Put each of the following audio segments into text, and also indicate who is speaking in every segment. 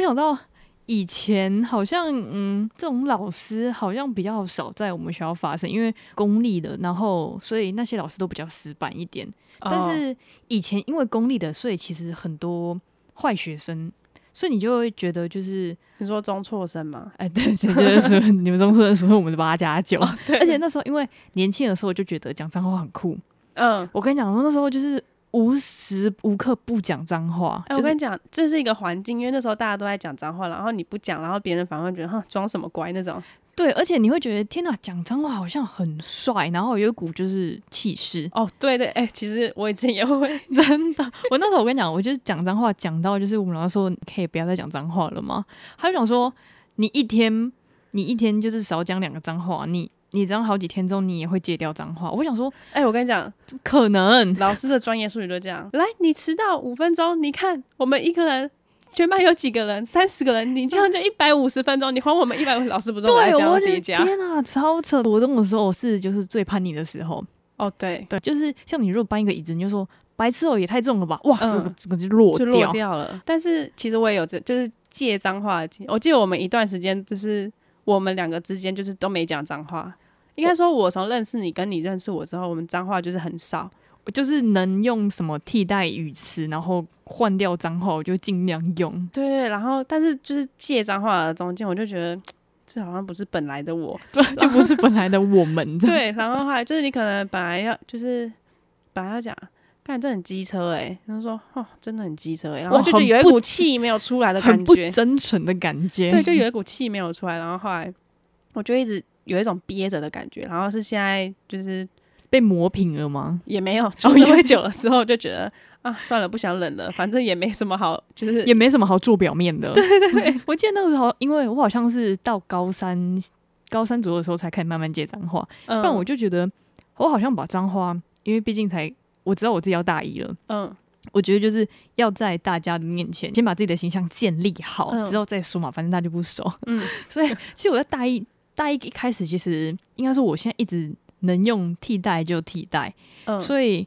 Speaker 1: 想到以前好像嗯，这种老师好像比较少在我们学校发生，因为公立的，然后所以那些老师都比较死板一点。但
Speaker 2: 哦
Speaker 1: 是以前因为公立的，所以其实很多坏学生，所以你就会觉得就是
Speaker 2: 你说中辍生吗？
Speaker 1: 哎，对，对对，就是说你们中村的时候，我们的八加九，而且那时候因为年轻的时候就觉得讲脏话很酷。
Speaker 2: 嗯，
Speaker 1: 我跟你讲，我那时候就是无时无刻不讲脏话，
Speaker 2: 哎、
Speaker 1: 就
Speaker 2: 我跟
Speaker 1: 是
Speaker 2: 你讲，这是一个环境，因为那时候大家都在讲脏话，然后你不讲，然后别人反而会觉得哈装什么乖那种。。
Speaker 1: 对，而且你会觉得天哪，讲脏话好像很帅，然后有一股就是气势
Speaker 2: 哦，对对，哎、其实我以前也会，
Speaker 1: 真的，我那时候我跟你讲，我就是讲脏话讲到就是我们老师说，你可以不要再讲脏话了吗？他就想说，你一天你一天就是少讲两个脏话，你你这样好几天之后你也会戒掉脏话。我想说，
Speaker 2: 哎、我跟你讲，
Speaker 1: 怎么可能？
Speaker 2: 老师的专业术语都这样。来，你迟到五分钟，你看我们一个人。全班有几个人？三十个人，你这样就一百五十分钟，你还我们一百五，老师不是我
Speaker 1: 对，
Speaker 2: 这样
Speaker 1: 我的
Speaker 2: 叠加？
Speaker 1: 天啊，超扯！国中的时候是就是最叛逆的时候，
Speaker 2: 哦，对，
Speaker 1: 对，就是像你如果搬一个椅子，你就说白痴哦、也太重了吧，哇，
Speaker 2: 嗯
Speaker 1: 这个这个就落
Speaker 2: 就
Speaker 1: 掉，
Speaker 2: 落掉了。但是其实我也有这，就是借脏话的经我记得我们一段时间就是我们两个之间就是都没讲脏话。应该说，我从认识你跟你认识我之后，我们脏话就是很少。
Speaker 1: 就是能用什么替代语词，然后换掉脏话，我就尽量用。
Speaker 2: 对对，然后但是就是借脏话的中间，我就觉得这好像不是本来 的我。
Speaker 1: 对，就不是本来的我们。这样，
Speaker 2: 对，然后后来就是你可能本来要就是本来要讲，干这很机车哎、欸，然后说哦真的很机车哎、欸，然后
Speaker 1: 哇
Speaker 2: 就就
Speaker 1: 很
Speaker 2: 有一
Speaker 1: 不
Speaker 2: 股气没有出 来的感
Speaker 1: 很不
Speaker 2: 觉，
Speaker 1: 真诚的感觉。
Speaker 2: 对，就有一股气没有出来，然后后来我就一直有一种憋着的感觉，然后是现在就是
Speaker 1: 被磨平了吗？
Speaker 2: 也没有，出社会久了之后就觉得啊算了，不想忍了，反正也没什么好，就是
Speaker 1: 也没什么好做表面的。对对对，我记得那个时候，因为我好像是到高三高三左右的时候才开始慢慢接脏话，
Speaker 2: 嗯
Speaker 1: 不然我就觉得我好像把脏话，因为毕竟才我知道我自己要大一了，
Speaker 2: 嗯
Speaker 1: 我觉得就是要在大家的面前先把自己的形象建立好，
Speaker 2: 嗯
Speaker 1: 之后再说嘛，反正大家就不熟。
Speaker 2: 嗯
Speaker 1: 所以其实我在大一大一一开始，其实应该说我现在一直能用替代就替代，
Speaker 2: 嗯，
Speaker 1: 所以。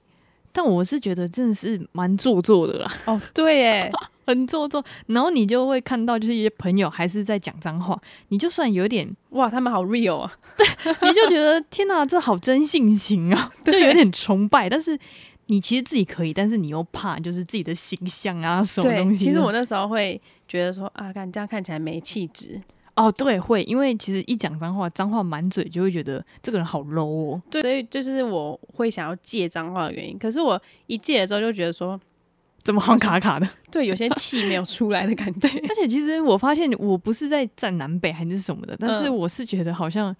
Speaker 1: 但我是觉得真的是蛮做作的啦，
Speaker 2: 哦对哎，
Speaker 1: 很做作。然后你就会看到，就是一些朋友还是在讲脏话，你就算有点
Speaker 2: 哇他们好 real 啊，
Speaker 1: 你就觉得天哪，这好真性情 啊，就有点崇拜。但是你其实自己可以，但是你又怕，就是自己的形象啊，什么东
Speaker 2: 对，
Speaker 1: 西的。
Speaker 2: 其实我那时候会觉得说啊干这样看起来没气质，
Speaker 1: 哦，对，会，因为其实一讲脏话，脏话满嘴就会觉得这个人好 low 哦。
Speaker 2: 对，所以就是我会想要借脏话的原因，可是我一借了之后就觉得说。
Speaker 1: 怎么好像卡卡的？
Speaker 2: 对，有些气没有出来的感觉。
Speaker 1: 而且其实我发现我不是在站南北还是什么的，但是
Speaker 2: 嗯
Speaker 1: 我是觉得好像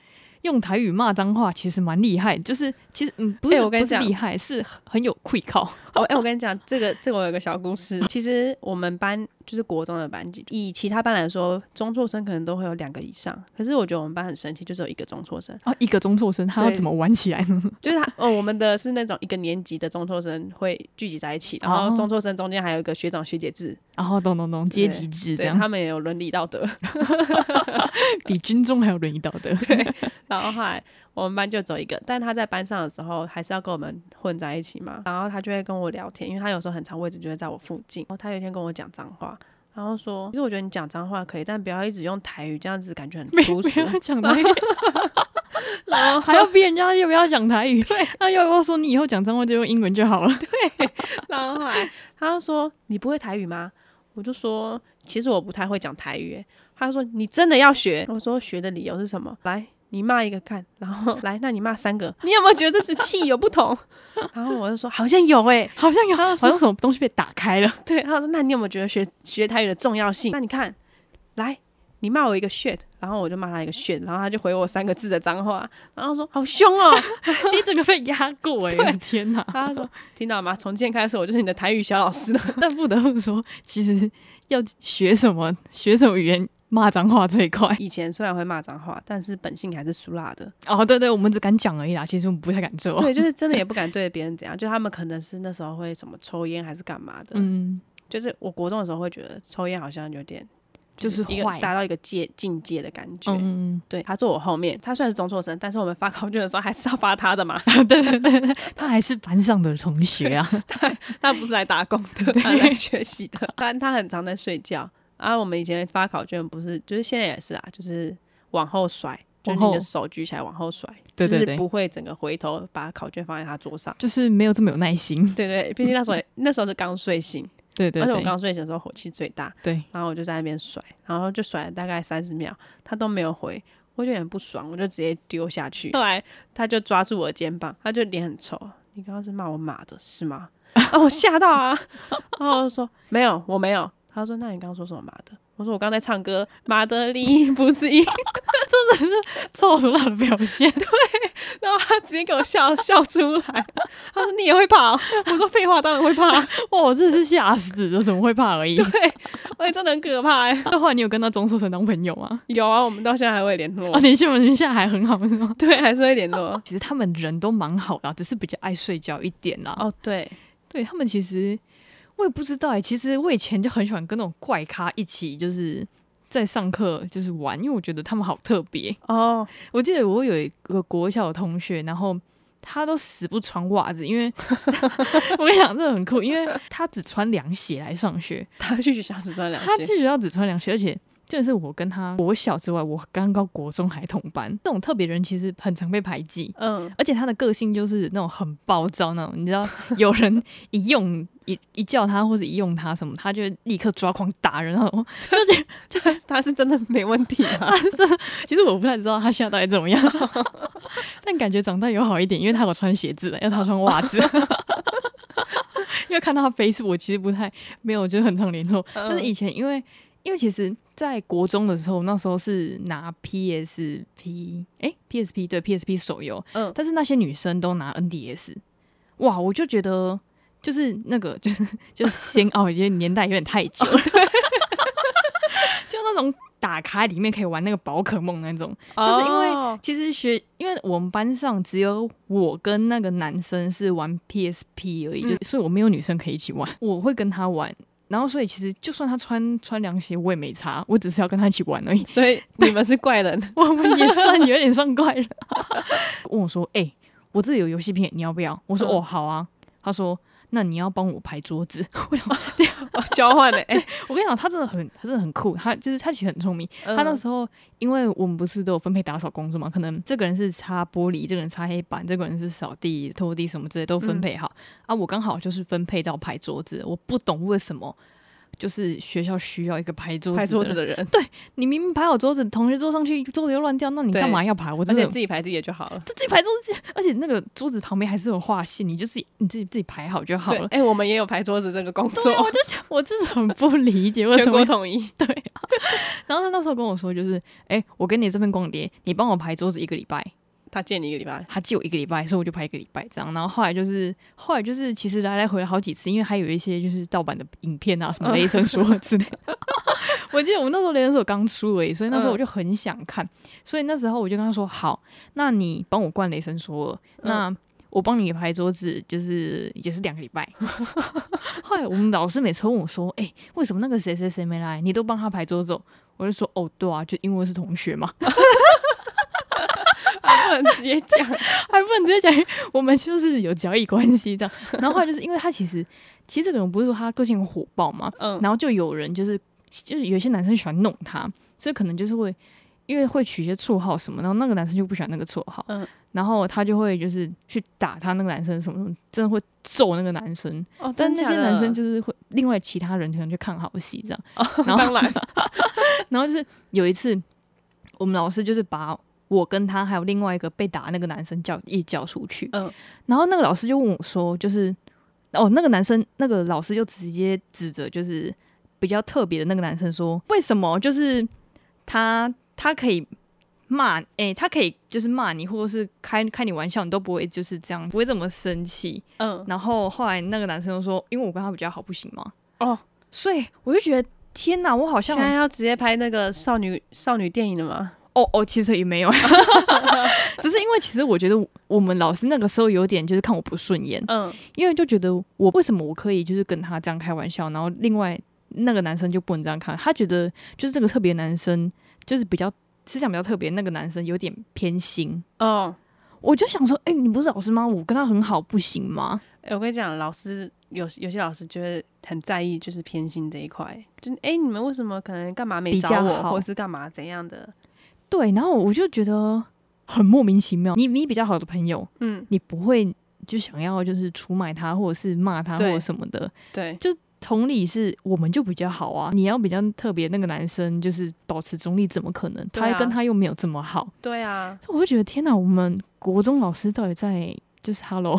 Speaker 1: 用台语骂脏话其实蛮厉害，就是其实嗯不是、
Speaker 2: 哎我跟你
Speaker 1: 不是
Speaker 2: 讲
Speaker 1: 厉害，是很有愧靠。
Speaker 2: 我哎、我跟你讲，这个这个我有个小故事。其实我们班就是国中的班级，以其他班来说，中辍生可能都会有两个以上。可是我觉得我们班很神奇，就是有一个中辍生，
Speaker 1: 啊，一个中辍生他要
Speaker 2: 对
Speaker 1: 怎么玩起来呢？
Speaker 2: 就是他哦，我们的是那种一个年级的中辍生会聚集在一起，然后
Speaker 1: 哦
Speaker 2: 中辍生中间还有一个学长学姐制，
Speaker 1: 然后啊懂懂懂，阶级制这
Speaker 2: 对
Speaker 1: 样，
Speaker 2: 他们也有伦理道德。
Speaker 1: 比军中还有伦理道德。
Speaker 2: 然后后来我们班就只有一个，但他在班上的时候还是要跟我们混在一起嘛。然后他就会跟我聊天，因为他有时候很长位置就会在我附近。然后他有一天跟我讲脏话，然后说：“其实我觉得你讲脏话可以，但不要一直用台语，这样子感觉很粗俗。
Speaker 1: 不要讲台语，然后还要逼人家要不要讲台语？对，那要不要说你以后讲脏话就用英文就好了？”
Speaker 2: 然后后来他就说：“你不会台语吗？”我就说：“其实我不太会讲台语。”他就说：“你真的要学？”我说：“学的理由是什么？”来。你骂一个看，然后来，那你骂三个，你有没有觉得这是气有不同？ 然后我就说好像有诶、
Speaker 1: 好像有，好像什么东西被打开 了。
Speaker 2: 对，他说：“那你有没有觉得学学台语的重要性？”那你看，来，你骂我一个 shit，然后我就骂他一个 shit，然后他就回我三个字的脏话，然后说：“好凶哦
Speaker 1: 你整个被压过哎、我的天哪！！”
Speaker 2: 他说：“听到吗？从今天开始，我就是你的台语小老师了。
Speaker 1: 但不得不说，其实要学什么学什么语言，骂脏话最快”。
Speaker 2: 以前虽然会骂脏话，但是本性还是俗辣的。
Speaker 1: 哦，对对，我们只敢讲而已啦，其实我们不太敢做。
Speaker 2: 对，就是真的也不敢对别人怎样，就他们可能是那时候会什么抽烟还是干嘛的。
Speaker 1: 嗯，
Speaker 2: 就是我国中的时候会觉得抽烟好像有点
Speaker 1: 就是
Speaker 2: 一个
Speaker 1: 坏。
Speaker 2: 达到一个界境界的感觉。
Speaker 1: 嗯，
Speaker 2: 对他坐我后面，他虽然是中辍生，但是我们发考卷的时候还是要发他的嘛。
Speaker 1: 对对对对，他还是班上的同 学啊。
Speaker 2: 他不是来打工的，他来学习的。但他很常在睡觉，啊，我们以前发考卷不是，就是现在也是啊，就是往后甩，就
Speaker 1: 往
Speaker 2: 是你
Speaker 1: 后
Speaker 2: 的手举起来往后甩，
Speaker 1: 对对
Speaker 2: 就
Speaker 1: 对
Speaker 2: 是不会整个回头把考卷放在他桌上。
Speaker 1: 就是没有这么有耐心。
Speaker 2: 对对，毕竟那时候也那时候是刚睡醒，
Speaker 1: 对对
Speaker 2: 而且我
Speaker 1: 对，
Speaker 2: 刚睡醒的时候火气最大，
Speaker 1: 对，
Speaker 2: 然后我就在那边甩，然后就甩了大概三十秒，他都没有回，我就很不爽，我就直接丢下去。后来他就抓住我的肩膀，他就脸很臭，你刚刚是骂我马的是吗？ 啊，我吓到啊！然后我就说没有，我没有。他说那你刚刚说什么马的？我说我刚才唱歌，马德 里不是一。
Speaker 1: 臭鼠辣的表现，
Speaker 2: 然后他直接给我笑笑出来，他说你也会怕哦？我说废话，当然会怕。
Speaker 1: 哇，我真的是吓死，我怎么会怕而已。
Speaker 2: 对，我也真的很可怕欸。
Speaker 1: 那后来你有跟他装硕成当朋友吗？
Speaker 2: 有啊，我们到现在还会联络
Speaker 1: 哦，，你现你们现在还很好是吗？
Speaker 2: 对，还是会联络。
Speaker 1: 其实他们人都蛮好的啊，只是比较爱睡觉一点啦。
Speaker 2: 哦，对，
Speaker 1: 对他们其实我也不知道哎、其实我以前就很喜欢跟那种怪咖一起，就是在上课就是玩，因为我觉得他们好特别。
Speaker 2: 哦，
Speaker 1: 我记得我有一个国小的同学，然后。他都死不穿袜子，因 为我跟你讲，这很酷，因为他只穿凉鞋来上学，
Speaker 2: 他去学校只穿凉
Speaker 1: 他
Speaker 2: 鞋，
Speaker 1: 去学校只穿凉鞋，而且真的是我跟他国小之外，我刚刚国中还同班，这种特别人其实很常被排挤。
Speaker 2: 嗯，
Speaker 1: 而且他的个性就是那种很暴躁那种，你知道，有人一用一一叫他或者一用他什么，他就会立刻抓狂打人。然后
Speaker 2: 他是真的没问题 啊。
Speaker 1: 其实我不太知道他现在到底怎么样，但感觉长大有好一点，因为他有穿鞋子了，要他穿袜子。因为看到他 face，我其实不太没有，就是很常联络。但是以前因为因为其实，在国中的时候，那时候是拿 PSP，哎、p s p 对 PSP 手游，
Speaker 2: 嗯
Speaker 1: 但是那些女生都拿 NDS，哇，我就觉得就是那个 就是就是先哦，我觉得年代有点太久了，就那种打开里面可以玩那个宝可梦那种。但是因为
Speaker 2: 哦。
Speaker 1: 其实学，因为我们班上只有我跟那个男生是玩 PSP 而已，就是所以我没有女生可以一起玩，我会跟他玩。然后，所以其实就算他穿穿凉鞋，我也没差，我只是要跟他一起玩而已
Speaker 2: 所以你们是怪 人，
Speaker 1: 我们 也算有点算怪人。 问我说：“哎、我这里有游戏片，你要不要？”我说：“
Speaker 2: 嗯
Speaker 1: 哦，好啊。”他说：“那你要帮我排桌子。
Speaker 2: 哦 交换的，哎，”
Speaker 1: 我跟你讲，他真的很，他真的很酷。他就是他其实很聪明，他那
Speaker 2: 嗯
Speaker 1: 时候，因为我们不是都有分配打扫工作嘛，可能这个人是擦玻璃，这个人擦黑板，这个人是扫地、拖地什么之类都
Speaker 2: 嗯
Speaker 1: 分配好、啊。我刚好就是分配到排桌子，我不懂为什么，就是学校需要一个排桌子。
Speaker 2: 拍桌子，的人，
Speaker 1: 你明明排好桌子，同学坐上去，桌子又乱掉，那你
Speaker 2: 对
Speaker 1: 干嘛要排？我
Speaker 2: 而
Speaker 1: 真的
Speaker 2: 且自己排自己的就好了。
Speaker 1: 就自己排桌子，而且那个桌子旁边还是有画线，你就自己你自己自己排好就好
Speaker 2: 对
Speaker 1: 了，。
Speaker 2: 哎，我们也有排桌子这个工
Speaker 1: 对啊，我
Speaker 2: 作，
Speaker 1: 就想，我就是很不理解为什
Speaker 2: 全
Speaker 1: 么
Speaker 2: 国统一。
Speaker 1: 对、啊，然后他那时候跟我说，就是，哎、我跟你这边逛街，你帮我排桌子一个礼拜，
Speaker 2: 他借你一个礼拜，
Speaker 1: 他借我一个礼拜，所以我就排一个礼拜这样。然后后来就是，后来就是，其实来来回来好几次，因为还有一些就是盗版的影片啊，什么雷神索尔之类的。我记得我们那时候雷神索尔刚出而已，所以那时候我就很想看，所以那时候我就跟他说，好，那你帮我灌雷神索尔，那。我帮你排桌子，就是也是两个礼拜。 后来我们老师每次问我说：“哎、为什么那个谁谁谁没来？你都帮他排桌子哦？”我就说：“哦，对啊，就因为是同学嘛。”
Speaker 2: 不能直接讲。
Speaker 1: 还不能直接讲， 我们就是有交易关系这样。然后后来就是因为他其实，其实这个人不是说他个性很火爆嘛，
Speaker 2: 嗯，
Speaker 1: 然后就有人就是就是有一些男生喜欢弄他，所以可能就是会因为会取一些绰号什么，然后那个男生就不喜欢那个绰号，
Speaker 2: 嗯
Speaker 1: 然后他就会就是去打他那个男生什么，真的会揍那个男生。
Speaker 2: 哦，
Speaker 1: 但
Speaker 2: 真
Speaker 1: 那
Speaker 2: 假
Speaker 1: 些
Speaker 2: 的
Speaker 1: 男生就是会另外其他人可能去看好戏这样。然后
Speaker 2: 当然，
Speaker 1: 然后就是有一次，我们老师就是把我跟他还有另外一个被打那个男生叫一叫出去，
Speaker 2: 嗯
Speaker 1: 然后那个老师就问我说，就是哦，那个男生那个老师就直接指着就是比较特别的那个男生说，为什么就是他他可以。骂诶、他可以就是骂你，或者是开开你玩笑，你都不会就是这样，不会这么生气。
Speaker 2: 嗯，
Speaker 1: 然后后来那个男生就说：“因为我跟他比较好，不行吗
Speaker 2: 哦，？”
Speaker 1: 所以我就觉得天哪，我好像
Speaker 2: 现在要直接拍那个少女少女电影了吗？
Speaker 1: 哦哦，其实也没 有，只是因为其实我觉得我们老师那个时候有点就是看我不顺眼，
Speaker 2: 嗯，
Speaker 1: 因为就觉得我为什么我可以就是跟他这样开玩笑，然后另外那个男生就不能这样看，他觉得就是这个特别男生就是比较思想比较特别，那个男生有点偏心。
Speaker 2: 哦，
Speaker 1: 我就想说，哎、你不是老师吗？我跟他很好，不行吗？
Speaker 2: 哎、哎、我跟你讲，老师有有些老师就会很在意，就是偏心这一块，就是哎、你们为什么可能干嘛没
Speaker 1: 比
Speaker 2: 找
Speaker 1: 较
Speaker 2: 我，
Speaker 1: 好
Speaker 2: 或是干嘛怎样的？
Speaker 1: 对，然后我就觉得很莫名其妙。你你比较好的朋友，
Speaker 2: 嗯，
Speaker 1: 你不会就想要就是出卖他，或者是骂他，或
Speaker 2: 对
Speaker 1: 者什么的。
Speaker 2: 对，
Speaker 1: 同理是，我们就比较好啊。你要比较特别，那个男生就是保持中立，怎么可能？
Speaker 2: 对啊
Speaker 1: 他跟他又没有这么好，
Speaker 2: 对啊，
Speaker 1: 所以我会觉得天哪，我们国中老师到底在就是 hello，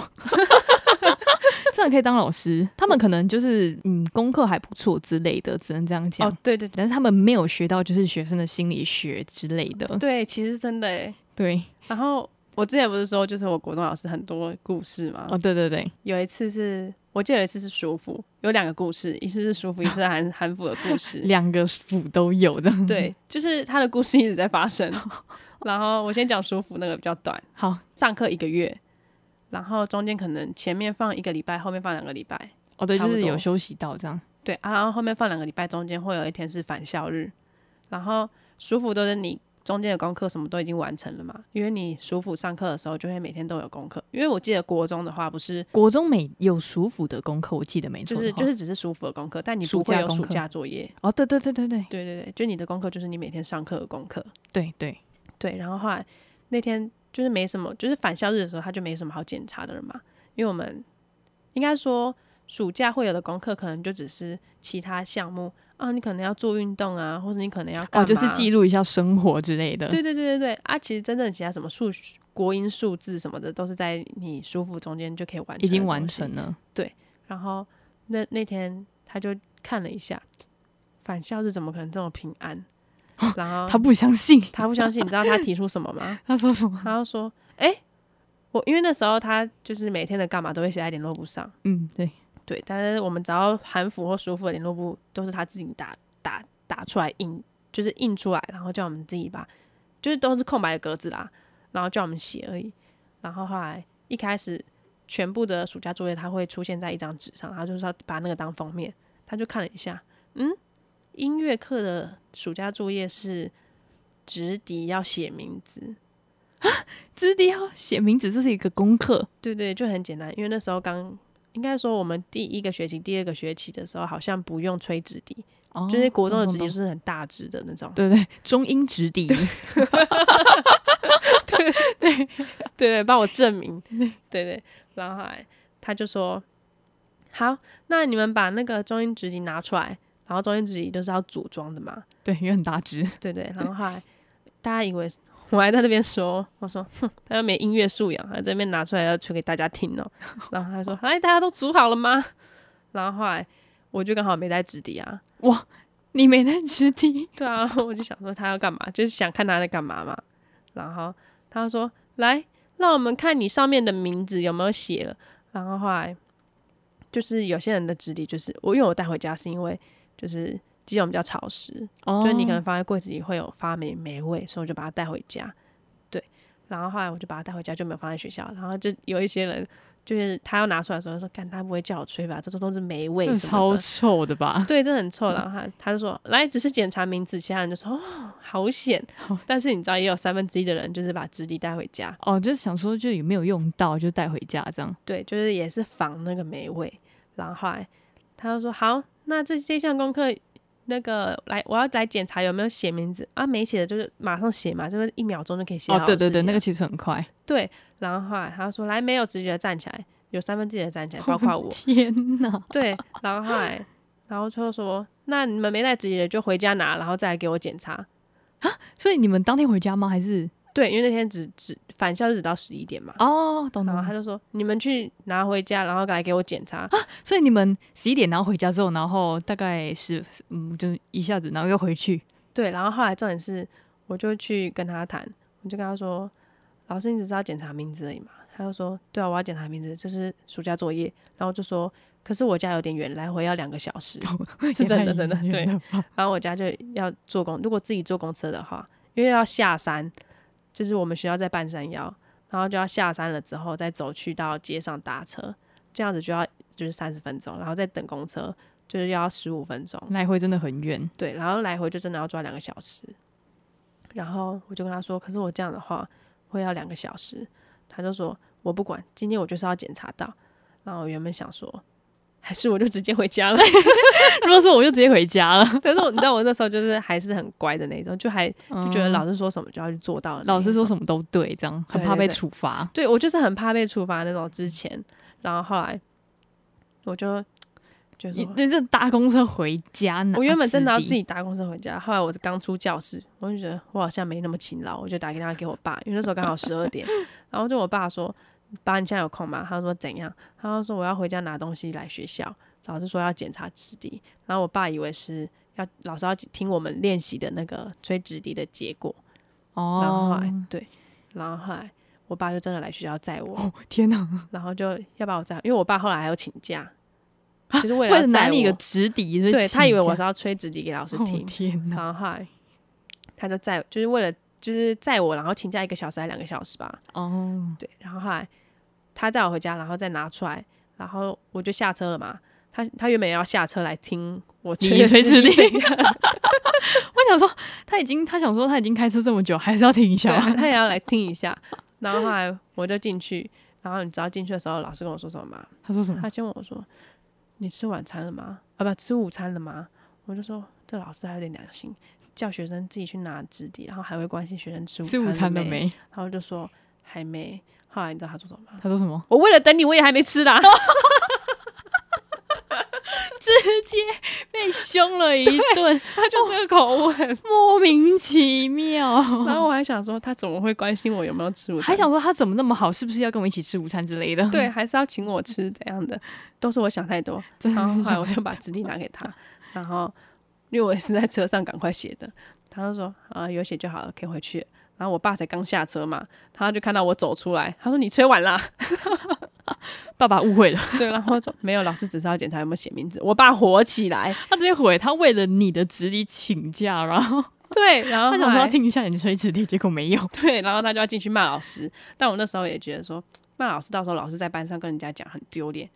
Speaker 1: 这样可以当老师？他们可能就是嗯功课还不错之类的，只能这样讲。
Speaker 2: 哦，对对对
Speaker 1: 但是他们没有学到就是学生的心理学之类的，
Speaker 2: 对，其实真的哎。
Speaker 1: 对，
Speaker 2: 然后我之前不是说，就是我国中老师很多故事嘛，
Speaker 1: 哦，对对对，
Speaker 2: 有一次是我记得有一次是舒服，有两个故事，一次是舒服，一次是 韩韩服的故事。
Speaker 1: 两个府都有这样。
Speaker 2: 对，就是他的故事一直在发 生。然后我先讲舒服那个比较短，
Speaker 1: 好
Speaker 2: 上课一个月，然后中间可能前面放一个礼拜，后面放两个礼拜。
Speaker 1: 哦，对，
Speaker 2: 差
Speaker 1: 就
Speaker 2: 不
Speaker 1: 是有
Speaker 2: 多
Speaker 1: 休息到这样。
Speaker 2: 对啊，然后后面放两个礼拜，中间会有一天是返校日，然后舒服都是你中间的功课什么都已经完成了嘛，因为你舒服上课的时候就会每天都有功课，因为我记得国中的话不是
Speaker 1: 国中每有暑辅的功课，我记得没错
Speaker 2: 就
Speaker 1: 的话，
Speaker 2: 是就是只是舒服的功课，但你
Speaker 1: 暑
Speaker 2: 不会
Speaker 1: 假
Speaker 2: 有
Speaker 1: 功
Speaker 2: 暑
Speaker 1: 课
Speaker 2: 假作业，
Speaker 1: 哦，对对对对对
Speaker 2: 对对对，就你的功课就是你每天上课的功课，
Speaker 1: 对对，
Speaker 2: 对，然后后来那天就是没什么，就是返校日的时候，他就没什么好检查的了嘛，因为我们应该说暑假会有的功课，可能就只是其他项目啊，你可能要做运动啊，或者你可能要干
Speaker 1: 哦，
Speaker 2: 嘛
Speaker 1: 就是记录一下生活之类的。
Speaker 2: 对对对对对啊，其实真正其他什么数学国音、数字什么的，都是在你舒服中间就可以完成，
Speaker 1: 已经完成。了，
Speaker 2: 然后那那天他就看了一下，返校日怎么可能这么平安？然后
Speaker 1: 哦他不相信，
Speaker 2: 他不相信，你知道他提出什么吗？
Speaker 1: 他说什么？
Speaker 2: 他就说：“哎、我因为那时候他就是每天的干嘛都会写在联络簿上，
Speaker 1: 嗯，对，
Speaker 2: 对，但是我们只要韩服或舒服的联络簿都是他自己打打打出来印，就是印出来，然后叫我们自己把，就是都是空白的格子啦，然后叫我们写而已。然后后来一开始全部的暑假作业它会出现在一张纸上，然后就是要把那个当封面，他就看了一下，嗯，音乐课的暑假作业是直笛要写名字，
Speaker 1: 字底要哦写名字，这是一个功课。
Speaker 2: 对对，就很简单，因为那时候刚应该说我们第一个学期、第二个学期的时候，好像不用吹纸笛，
Speaker 1: 哦，
Speaker 2: 就是国中的纸
Speaker 1: 懂
Speaker 2: 笛
Speaker 1: 懂
Speaker 2: 就是很大支的那种
Speaker 1: 懂。对对，中英直笛，
Speaker 2: 对对，帮我 证明。对对，然后后来他就说：“好，那你们把那个中音纸笛拿出来，然后中音纸笛都是要组装的嘛。
Speaker 1: 对，因为很大只，”
Speaker 2: 对对，然后后来大家以为我还在那边说：“我说，哼，他又没音乐素养，还在那边拿出来要吹给大家听哦。”然后他说：“哎，大家都组好了吗？”然后后来我就刚好没带纸笛啊。
Speaker 1: 哇，你没在 直笛，
Speaker 2: 对啊，然后我就想说他要干嘛，就是想看他在干嘛嘛。然后他就说：“来，让我们看你上面的名字有没有写了。”然后后来就是有些人的质地，就是我因为我带回家是因为就是基隆比较潮湿，
Speaker 1: 哦，
Speaker 2: 就是你可能放在柜子里会有发霉霉味，所以我就把它带回家。对，然后后来我就把它带回家，就没有放在学校。然后就有一些人，就是他要拿出来的时候说：“干，他不会叫我吹吧？这都都是霉味
Speaker 1: 这
Speaker 2: 什么
Speaker 1: 超
Speaker 2: 的。”
Speaker 1: 臭的吧？
Speaker 2: 对，真的很臭。然后他他就说，来，只是检查名字，其他人就说哦，好险。但是你知道，也有三分之一的人就是把纸笛带回家，
Speaker 1: 哦，就是想说，就也没有用到，就带回家这样。
Speaker 2: 对，就是也是防那个霉味。然后后来他就说，好，那这这项功课。那个来，我要来检查有没有写名字啊？没写的就是马上写嘛，就是一秒钟就可以写好
Speaker 1: 哦
Speaker 2: 的，事
Speaker 1: 对
Speaker 2: 情。
Speaker 1: 对对，那个其实很快。
Speaker 2: 对。然后后来他就说，来，没有直觉站起来，有三分之一的 站起来，包括我。
Speaker 1: 天哪！
Speaker 2: 对，然后后来，然后就说，那你们没带纸的就回家拿，然后再来给我检查。
Speaker 1: 所以你们当天回家吗？还是
Speaker 2: 对，因为那天只只返校是只到十一点嘛。
Speaker 1: 哦，懂
Speaker 2: 然
Speaker 1: 懂
Speaker 2: 后。他就说：“你们去拿回家，然后来给我检查。
Speaker 1: 所以你们十一点然后回家之后，然后大概是嗯，就一下子，然后又回 去。
Speaker 2: 对，然后后来重点是，我就去跟他谈，我就跟他说：“老师，你只是要检查名字而已嘛。”他就说：“对啊，我要检查名字，这是暑假作业。”然后我就说：“可是我家有点远，来回要两个小时。是真的 真的对然后我家就要坐公，如果自己坐公车的话，因为要下山，就是我们学校在半山腰，然后就要下山了之后再走去到街上搭车，这样子就要就是三十分钟，然后再等公车就是要十五分钟，
Speaker 1: 来回真的很远。
Speaker 2: 对，然后来回就真的要抓两个小时。然后我就跟他说，可是我这样的话会要两个小时，他就说我不管，今天我就是要检查到。然后我原本想说，还是我就直接回家了。
Speaker 1: 如果说我就直接回家了，
Speaker 2: 但是我你知道我那时候就是还是很乖的那种，就还就觉得
Speaker 1: 嗯
Speaker 2: 老师说什么就要去做到。
Speaker 1: 老师说
Speaker 2: 么？
Speaker 1: 什么都对，这样很
Speaker 2: 对
Speaker 1: 怕被
Speaker 2: 对对
Speaker 1: 处罚。
Speaker 2: 对我就是很怕被处罚那种。之前，然后后来我就就
Speaker 1: 你
Speaker 2: 说，
Speaker 1: 你这搭公车回家呢？
Speaker 2: 我原本真的要自
Speaker 1: 己
Speaker 2: 己搭公车回家，后来我刚出教室，我就觉得我好像没那么勤劳，我就打电话给我爸，因为那时候刚好十二点，然后就我爸说：“爸，你现在有空吗？”他说：“怎样？”他就说：“我要回家拿东西来学校。”老师说要检查纸笛，然后我爸以为是要老师要听我们练习的那个吹纸笛的结果，然后后
Speaker 1: 哦
Speaker 2: 来、，对，然后后来我爸就真的来学校载我，
Speaker 1: 哦天哪！
Speaker 2: 然后就要把我载，因为我爸后来还要请假，就是
Speaker 1: 为
Speaker 2: 为
Speaker 1: 了
Speaker 2: 了
Speaker 1: 拿
Speaker 2: 载
Speaker 1: 你一个
Speaker 2: 我。
Speaker 1: 直笛，所以
Speaker 2: 对他以为我
Speaker 1: 请
Speaker 2: 是要吹纸笛给老师
Speaker 1: 假哦
Speaker 2: 听，
Speaker 1: 天哪！
Speaker 2: 然后后来他就载，就是为了就是载我，然后请假一个小时还两个小时吧，
Speaker 1: 哦，
Speaker 2: 对。然后后来他载我回家，然后再拿出来，然后我就下车了嘛。他他原本也要下车来听我
Speaker 1: 你
Speaker 2: 吹的
Speaker 1: 吹
Speaker 2: 纸
Speaker 1: 纸笛
Speaker 2: 笛怎样，
Speaker 1: 我想说他已经他想说他已经开车这么久，还是要停一
Speaker 2: 对
Speaker 1: 下吧。
Speaker 2: 他也要来听一下。然后后来我就进去，然后你知道进去的时候，老师跟我说什么吗？
Speaker 1: 他说什么？
Speaker 2: 他先问我说：“你吃晚餐了吗？啊，不，吃午餐了吗？”我就说：“这老师还有点良心，叫学生自己去拿纸笛，然后还会关心学生吃午
Speaker 1: 吃午餐
Speaker 2: 餐
Speaker 1: 了
Speaker 2: 没？”
Speaker 1: 没？
Speaker 2: 然后就说：“还没。”后来你知道他说什么吗？
Speaker 1: 他说什么？
Speaker 2: 我为了等你，我也还没吃啦。
Speaker 1: 哦被凶了一顿，
Speaker 2: 他就这个口吻，
Speaker 1: 莫名其 妙。
Speaker 2: 然后我还想说，他怎么会关心我有没有吃午餐？
Speaker 1: 哦还想说他怎么那么好，是不是要跟我一起吃午餐之类的？
Speaker 2: 对，还是要请我吃怎样的？都是我想太多。
Speaker 1: 真的
Speaker 2: 然后
Speaker 1: 是
Speaker 2: 后来我就把纸笛拿给他，然后因为我也是在车上赶快写的，他就说啊有写就好了，可以回去了。然后我爸才刚下车嘛，他就看到我走出来，他说你吹完啦，
Speaker 1: 爸爸误会了，
Speaker 2: 对，然后我说没有，老师只是要检查有没有写名字。我爸火起来，
Speaker 1: 他直接回他为了你的直笛请假，然 后
Speaker 2: 对，然后
Speaker 1: 他想说
Speaker 2: 后
Speaker 1: 要
Speaker 2: 来
Speaker 1: 听一下你吹直笛，结果没有。
Speaker 2: 对，然后他就要进去骂老师。但我那时候也觉得说，骂老师到时候老师在班上跟人家讲很丢脸。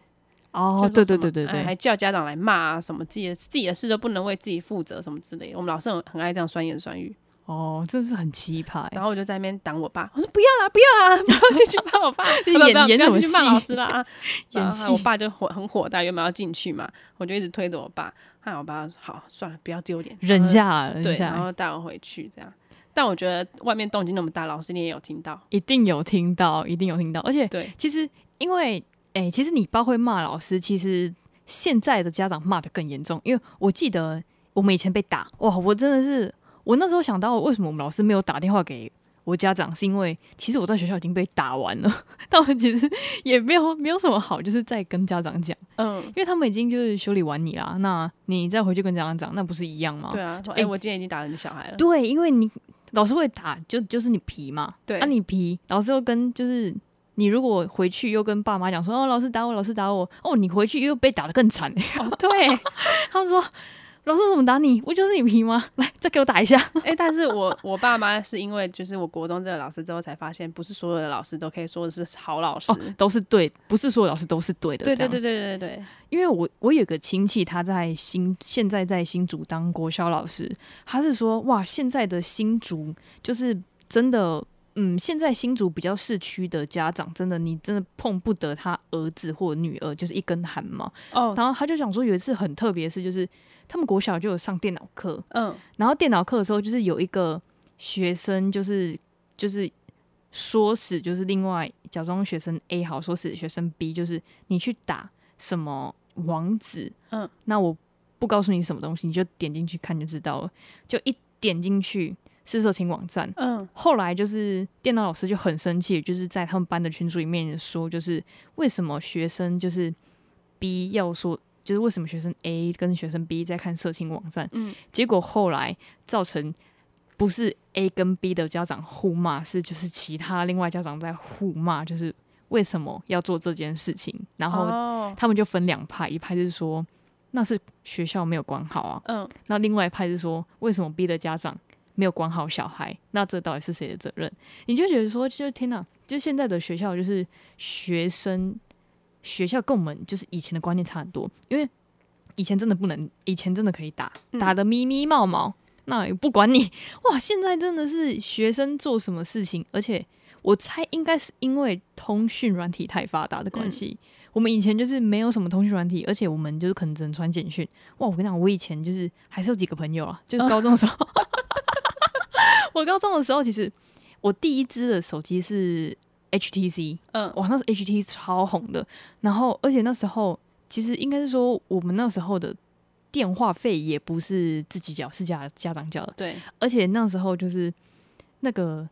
Speaker 1: 哦，对
Speaker 2: 就说
Speaker 1: 对
Speaker 2: 什么
Speaker 1: 对对
Speaker 2: 哎还
Speaker 1: 对，
Speaker 2: 叫家长来骂啊，什么自己的自己的事都不能为自己负责什么之类的。我们老师很很爱这样酸言酸语。
Speaker 1: 哦，真是很奇葩。
Speaker 2: 然后我就在那边挡我爸，我说不要啦，不要啦， 不要进去骂我爸，
Speaker 1: 你
Speaker 2: 不要
Speaker 1: 演
Speaker 2: 不要
Speaker 1: 演
Speaker 2: 不要
Speaker 1: 什么
Speaker 2: 进去骂
Speaker 1: 戏
Speaker 2: 老师 啦啊！
Speaker 1: 演
Speaker 2: 然后
Speaker 1: 戏
Speaker 2: 我爸就火很火大，原本要进去嘛，我就一直推着我爸，后来我爸说好算了，不要丢脸，
Speaker 1: 忍
Speaker 2: 然后
Speaker 1: 下来，忍
Speaker 2: 对，
Speaker 1: 下哎
Speaker 2: 然
Speaker 1: 来，
Speaker 2: 后带我回去这样。但我觉得外面动静那么大，老师你也有听到，
Speaker 1: 一定有听到，一定有听到。而且
Speaker 2: 对
Speaker 1: 其实因为，哎、其实你爸会骂老师，其实现在的家长骂的更严重，因为我记得我们以前被打，哇，我真的是，我那时候想到为什么我们老师没有打电话给。我家长是因为，其实我在学校已经被打完了， 但我其实也没有没有什么好，就是在跟家长讲，
Speaker 2: 嗯
Speaker 1: 因，为他们已经就是修理完你啦，那你再回去跟家长讲，那不是一样吗？
Speaker 2: 对啊，说哎、
Speaker 1: 哎
Speaker 2: 我今天已经打了你小孩 了，
Speaker 1: 对，因为你老师会打，就就是你皮嘛。
Speaker 2: 对
Speaker 1: 啊，你皮，老师又跟就是你如果回去又跟爸妈讲说，哦，老师打我，老师打我，哦，你回去又被打的更惨、 欸。
Speaker 2: 哦对，
Speaker 1: 他们说，老师怎么打你？不就是你皮吗？来，再给我打一下。
Speaker 2: 哎、但是我我爸妈是因为就是我国中这个老师之后才发现，不是所有的老师都可以说是好老师。
Speaker 1: 哦，都是对，不是所有老师都是对的。
Speaker 2: 对
Speaker 1: 这
Speaker 2: 对
Speaker 1: 样
Speaker 2: 对对对对，
Speaker 1: 因为我我有个亲戚，他在新现在在新竹当国小老师，他是说哇，现在的新竹就是真的，嗯，现在新竹比较市区的家长，真的你真的碰不得他儿子或女儿，就是一根汗毛。
Speaker 2: 哦，
Speaker 1: 然后他就想说，有一次很特别的事，就是他们国小就有上电脑课，
Speaker 2: 嗯，
Speaker 1: 然后电脑课的时候，就是有一个学生，就是就是说死，就是另外假装学生 A 好，说死学生 B，就是你去打什么网址，
Speaker 2: 嗯，
Speaker 1: 那我不告诉你什么东西，你就点进去看就知道了。就一点进去是色情网站，
Speaker 2: 嗯，
Speaker 1: 后来就是电脑老师就很生气，就是在他们班的群组里面说，就是为什么学生就是 B 要说，就是为什么学生 A 跟学生 B 在看色情网站，
Speaker 2: 嗯，
Speaker 1: 结果后来造成不是 A 跟 B 的家长互骂，是就是其他另外家长在互骂，就是为什么要做这件事情，然后
Speaker 2: 哦，
Speaker 1: 他们就分两派，一派是说那是学校没有管好啊，
Speaker 2: 嗯，
Speaker 1: 那另外一派是说，为什么逼的家长没有管好小孩？那这到底是谁的责任？你就觉得说，就天哪，就现在的学校就是学生，学校跟我们就是以前的观念差很多，因为以前真的不能，以前真的可以打，
Speaker 2: 嗯
Speaker 1: 打的咪咪冒冒，那也不管你。哇，现在真的是学生做什么事情，而且我猜应该是因为通讯软体太发达的关系。我们以前就是没有什么通讯软体，而且我们就是可能只能传简讯。哇，我跟你讲，我以前就是还是有几个朋友啊，就是高中的时候， 我高中的时候，其实我第一支的手机是 HTC，
Speaker 2: 嗯
Speaker 1: 哇，那时候 HTC 超红的。然后，而且那时候其实应该是说，我们那时候的电话费也不是自己缴，是家家长缴的。
Speaker 2: 对，
Speaker 1: 而且那时候就是那个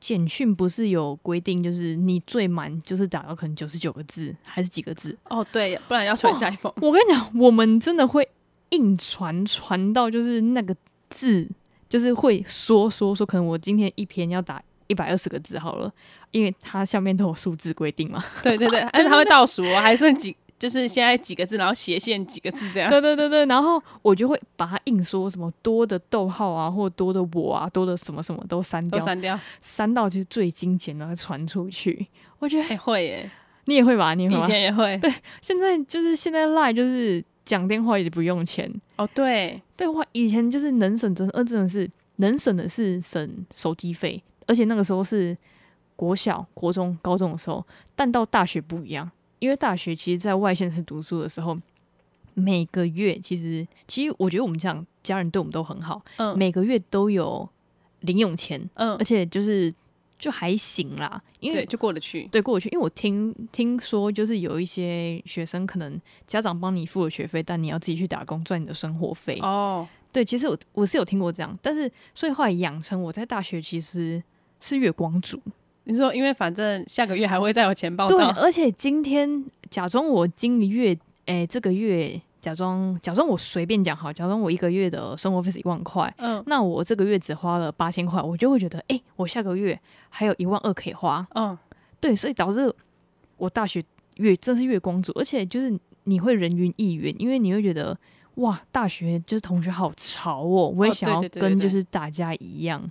Speaker 1: 简讯不是有规定，就是你最满就是打到可能九十九个字还是几个字？
Speaker 2: 哦对，哦不然要传
Speaker 1: 哇
Speaker 2: 下一封。
Speaker 1: 我跟你讲，我们真的会硬传传到就是那个字，就是会说说说，可能我今天一篇要打。一百二十个字好了，因为它下面都有数字规定嘛。
Speaker 2: 对对 对，而且他会倒数、哦，还剩几，就是现在几个字，然后斜线几个字这 样。
Speaker 1: 对对对对，然后我就会把它硬说什么多的逗号啊，或多的我啊，多的什么什么都删
Speaker 2: 都
Speaker 1: 掉，
Speaker 2: 删掉，
Speaker 1: 删到就是最精简，然后传出去。我觉得
Speaker 2: 哎、会耶，
Speaker 1: 你也会吧？你也会
Speaker 2: 以
Speaker 1: 吧？
Speaker 2: 前也会。
Speaker 1: 对现在就是现在赖就是讲电话也不用钱，
Speaker 2: 哦，对，
Speaker 1: 对话以前就是能省真，呃，真的是能省的是省手机费，而且那个时候是国小、国中、高中的时候，但到大学不一样，因为大学其实在外县市读书的时候，每个月其实其实我觉得我们这样家人对我们都很好，
Speaker 2: 嗯
Speaker 1: 每个月都有零用钱，
Speaker 2: 嗯
Speaker 1: 而，且就是就还行啦，因为
Speaker 2: 对，就过得去。
Speaker 1: 对过去，因为我听听说，就是有一些学生可能家长帮你付了学费，但你要自己去打工赚你的生活费。
Speaker 2: 哦，
Speaker 1: 对，其实我我是有听过这样，但是所以后来养成我在大学其实是月光族。
Speaker 2: 你说，因为反正下个月还会再有钱报
Speaker 1: 对，
Speaker 2: 到，
Speaker 1: 而且今天假装我今个月，诶，这个月假装假装我随便讲好，假装我一个月的生活费是一万块，
Speaker 2: 嗯，
Speaker 1: 那我这个月只花了八千块，我就会觉得，诶，我下个月还有一万二可以花。
Speaker 2: 哦，
Speaker 1: 对，所以导致我大学月真是月光族，而且就是你会人云亦云，因为你会觉得哇，大学就是同学好潮哦，我也
Speaker 2: 哦
Speaker 1: 想
Speaker 2: 对
Speaker 1: 要
Speaker 2: 对对对
Speaker 1: 跟就
Speaker 2: 对
Speaker 1: 是大家一样。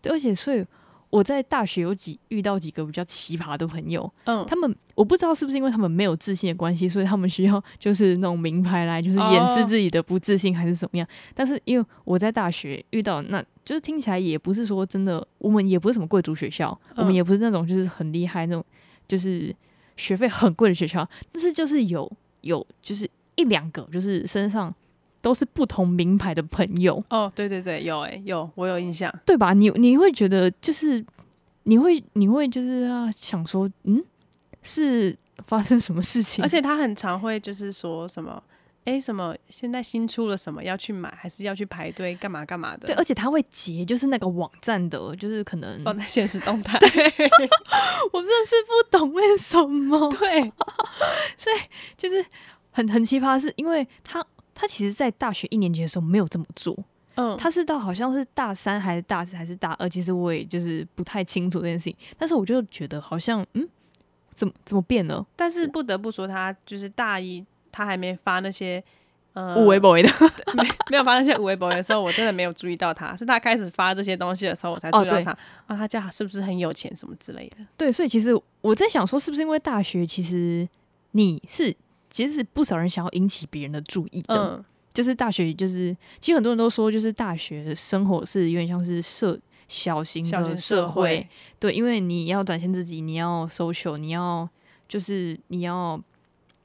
Speaker 1: 对，而且所以我在大学有几遇到几个比较奇葩的朋友，
Speaker 2: 嗯，
Speaker 1: 他们我不知道是不是因为他们没有自信的关系，所以他们需要就是那种名牌来就是掩饰
Speaker 2: 哦
Speaker 1: 自己的不自信还是怎么样。但是因为我在大学遇到那，就是听起来也不是说真的，我们也不是什么贵族学校，我们
Speaker 2: 嗯
Speaker 1: 也不是那种就是很厉害那种，就是学费很贵的学校，但是就是有有就是一两个就是身上都是不同名牌的朋友，
Speaker 2: 哦，对对对，有哎、有，我有印象。
Speaker 1: 对吧？你你会觉得就是你会你会就是、啊、想说，嗯，是发生什么事情？
Speaker 2: 而且他很常会就是说什么，哎、什么现在新出了什么要去买，还是要去排队干嘛干嘛的？
Speaker 1: 对，而且他会截就是那个网站的，哦就是可能
Speaker 2: 放在现实动 态。
Speaker 1: 我真的是不懂为什么，
Speaker 2: 对，
Speaker 1: 就是很很奇葩，是因为他他其实，在大学一年级的时候没有这么做，
Speaker 2: 嗯，
Speaker 1: 他是到好像是大三还是大四还是大二，其实我也就是不太清楚这件事情，但是我就觉得好像嗯，怎么怎么变了，
Speaker 2: 但是不得不说，他就是大一，他还没发那些呃
Speaker 1: 无为不为的，
Speaker 2: 没没有发那些微博的时候，我真的没有注意到他，是他开始发这些东西的时候，我才注意
Speaker 1: 哦
Speaker 2: 到
Speaker 1: 对
Speaker 2: 他、啊，他家是不是很有钱什么之类的？
Speaker 1: 对，所以其实我在想说，是不是因为大学其实你是其实是不少人想要引起别人的注意的，
Speaker 2: 嗯，
Speaker 1: 就是大学，就是其实很多人都说，就是大学生活是有点像是社嗯小型
Speaker 2: 小
Speaker 1: 的
Speaker 2: 型
Speaker 1: 社
Speaker 2: 社
Speaker 1: 会，对，因为你要展现自己，你要 social，你要就是你要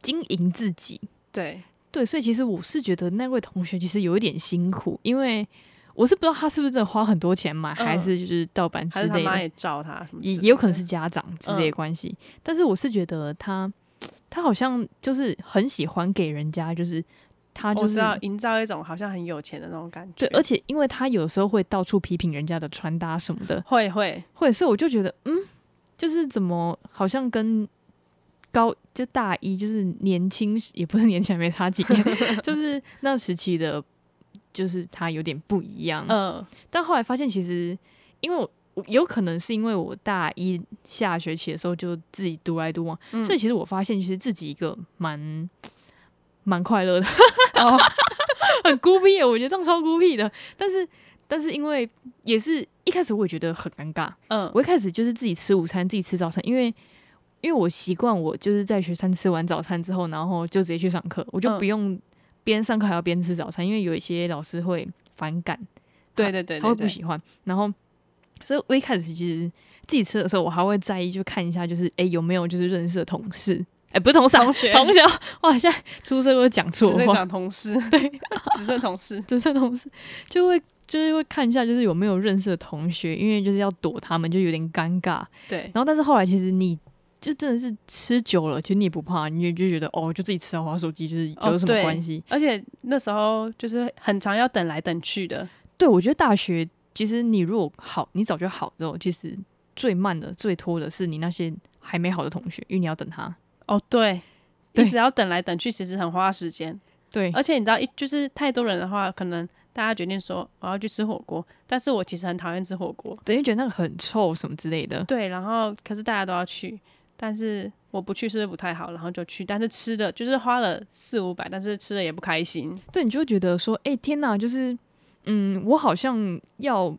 Speaker 1: 经营自己，
Speaker 2: 对，
Speaker 1: 对，所以其实我是觉得那位同学其实有一点辛苦，因为我是不知道他是不是真的花很多钱买，
Speaker 2: 嗯
Speaker 1: 还是就是盗版之
Speaker 2: 还是他
Speaker 1: 类
Speaker 2: 妈
Speaker 1: 的，
Speaker 2: 也照他什么
Speaker 1: 也
Speaker 2: 之类的？嗯
Speaker 1: 也有可能是家长之类的关系，但是我是觉得他他好像就是很喜欢给人家就是。他
Speaker 2: 我
Speaker 1: 就是
Speaker 2: 哦知道营造一种好像很有钱的那种感觉。
Speaker 1: 对，而
Speaker 2: 且
Speaker 1: 且因为他有时候会到处批评人家的穿搭什么的，
Speaker 2: 会会
Speaker 1: 会，所以我就觉得，嗯，就是怎么好像跟高就大一就是年轻，也不是年轻，还没差几年， 就是那时期的，就是他有点不一样。
Speaker 2: 嗯
Speaker 1: 但后来发现，其实因为我。我有可能是因为我大一下学期的时候就自己独来独往，
Speaker 2: 嗯
Speaker 1: 所以其实我发现其实自己一个蛮蛮快乐的。
Speaker 2: 哦
Speaker 1: 很孤僻耶，我觉得这样超孤僻的。但是，但是因为也是一开始我也觉得很尴尬，
Speaker 2: 嗯
Speaker 1: 我一开始就是自己吃午餐，自己吃早餐，因为因为我习惯我就是在学生吃完早餐之后，然后就直接去上课，我就
Speaker 2: 嗯
Speaker 1: 不用边上课还要边吃早餐，因为有一些老师会反感，
Speaker 2: 对对对
Speaker 1: 他会
Speaker 2: 对
Speaker 1: 不
Speaker 2: 对，
Speaker 1: 喜欢。然后，所以我一开始其实自己吃的时候，我还会在意，就看一下就是诶有没有就是认识的同事。哎、不是同事 啊、
Speaker 2: 同学
Speaker 1: 同学，哇，现在出社会讲错
Speaker 2: 只剩
Speaker 1: 话，
Speaker 2: 长同事，对，只剩同事，
Speaker 1: 只剩同事就会就是会看一下，就是有没有认识的同学，因为就是要躲他们，就有点尴尬。
Speaker 2: 对，
Speaker 1: 然后但是后来其实你就真的是吃久了，其实你也不怕，你也就觉得哦，就自己吃啊，滑手机，就是
Speaker 2: 哦
Speaker 1: 有什么
Speaker 2: 对
Speaker 1: 关系？
Speaker 2: 而且那时候就是很常要等来等去的，
Speaker 1: 对我觉得大学其实你如果好，你早就好之后，其实最慢的、最拖的是你那些还没好的同学，因为你要等他。
Speaker 2: 哦，对，
Speaker 1: 对
Speaker 2: 一直要等来等去，其实很花时间。
Speaker 1: 对，
Speaker 2: 而且你知道，一就是太多人的话，可能大家决定说我要去吃火锅，但是我其实很讨厌吃火锅。
Speaker 1: 等于觉得那个很臭什么之类的。
Speaker 2: 对，然后可是大家都要去，但是我不去是不是不太好？然后就去，但是吃的就是花了四五百，但是吃的也不开心。
Speaker 1: 对，你就会觉得说，哎、天哪，就是，嗯，我好像要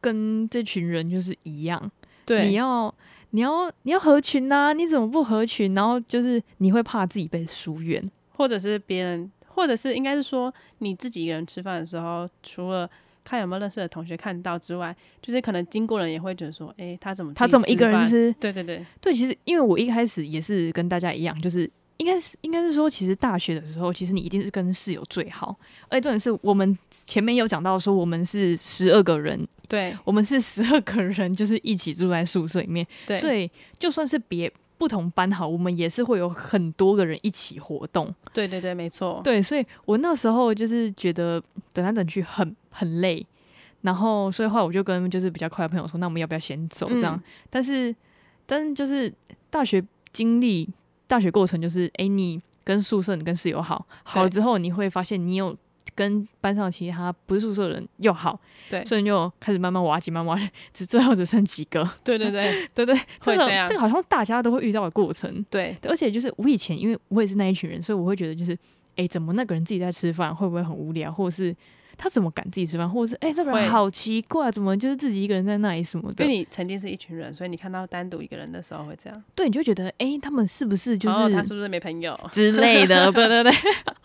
Speaker 1: 跟这群人就是一样，
Speaker 2: 对，
Speaker 1: 你要，你要，你要合群呐、你怎么不合群？然后就是你会怕自己被疏远，
Speaker 2: 或者是别人，或者是应该是说你自己一个人吃饭的时候，除了看有没有认识的同学看到之外，就是可能经过人也会觉得说，诶，他怎么
Speaker 1: 他
Speaker 2: 自己
Speaker 1: 怎么一个人
Speaker 2: 饭？
Speaker 1: 吃？
Speaker 2: 对对对，
Speaker 1: 对，其实因为我一开始也是跟大家一样，就是应该是应该是说，其实大学的时候，其实你一定是跟室友最好。而且重点是我们前面有讲到说，我们是十二个人，
Speaker 2: 对
Speaker 1: 我们是十二个人，就是一起住在宿舍里面，
Speaker 2: 对，
Speaker 1: 所以就算是别。不同班好，我们也是会有很多个人一起活动。
Speaker 2: 对对对，没错，
Speaker 1: 对，所以我那时候就是觉得等来等去很很累，然后所以后来我就跟就是比较快的朋友说，那我们要不要先走这样？
Speaker 2: 嗯
Speaker 1: 但是，但是就是大学经历、大学过程，就是诶，你跟宿舍、你跟室友好，好了
Speaker 2: 对
Speaker 1: 之后，你会发现你有跟班上其他不是宿舍的人又好，
Speaker 2: 对
Speaker 1: 所以你就开始慢慢瓦解、慢慢瓦解， 只最后只剩几个，
Speaker 2: 对对 对
Speaker 1: 对不对？
Speaker 2: 会
Speaker 1: 个
Speaker 2: 这样
Speaker 1: 这个好像大家都会遇到的过程。
Speaker 2: 对
Speaker 1: 对而且就是我以前，因为我也是那一群人，所以我会觉得就是，诶，怎么那个人自己在吃饭，会不会很无聊，或者是他怎么敢自己吃饭，或者是诶，这个
Speaker 2: 会
Speaker 1: 人好奇怪，怎么就是自己一个人在那里什么的
Speaker 2: 因为，你曾经是一群人，所以你看到单独一个人的时候会这样，
Speaker 1: 对，你就觉得诶，哦他们是不是就是、
Speaker 2: 然后他是不是没朋友？
Speaker 1: 之类的， 对对对，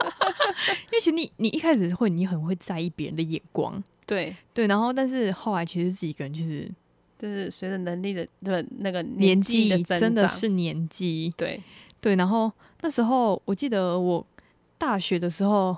Speaker 1: 因为其实你你一开始会你很会在意别人的眼光，
Speaker 2: 对，
Speaker 1: 对，然后但是后来其实自己一个人就是
Speaker 2: 就是随着能力的对那个
Speaker 1: 年
Speaker 2: 纪的
Speaker 1: 纪
Speaker 2: 增长，
Speaker 1: 真的是年纪，
Speaker 2: 对
Speaker 1: 对，然后那时候我记得我大学的时候，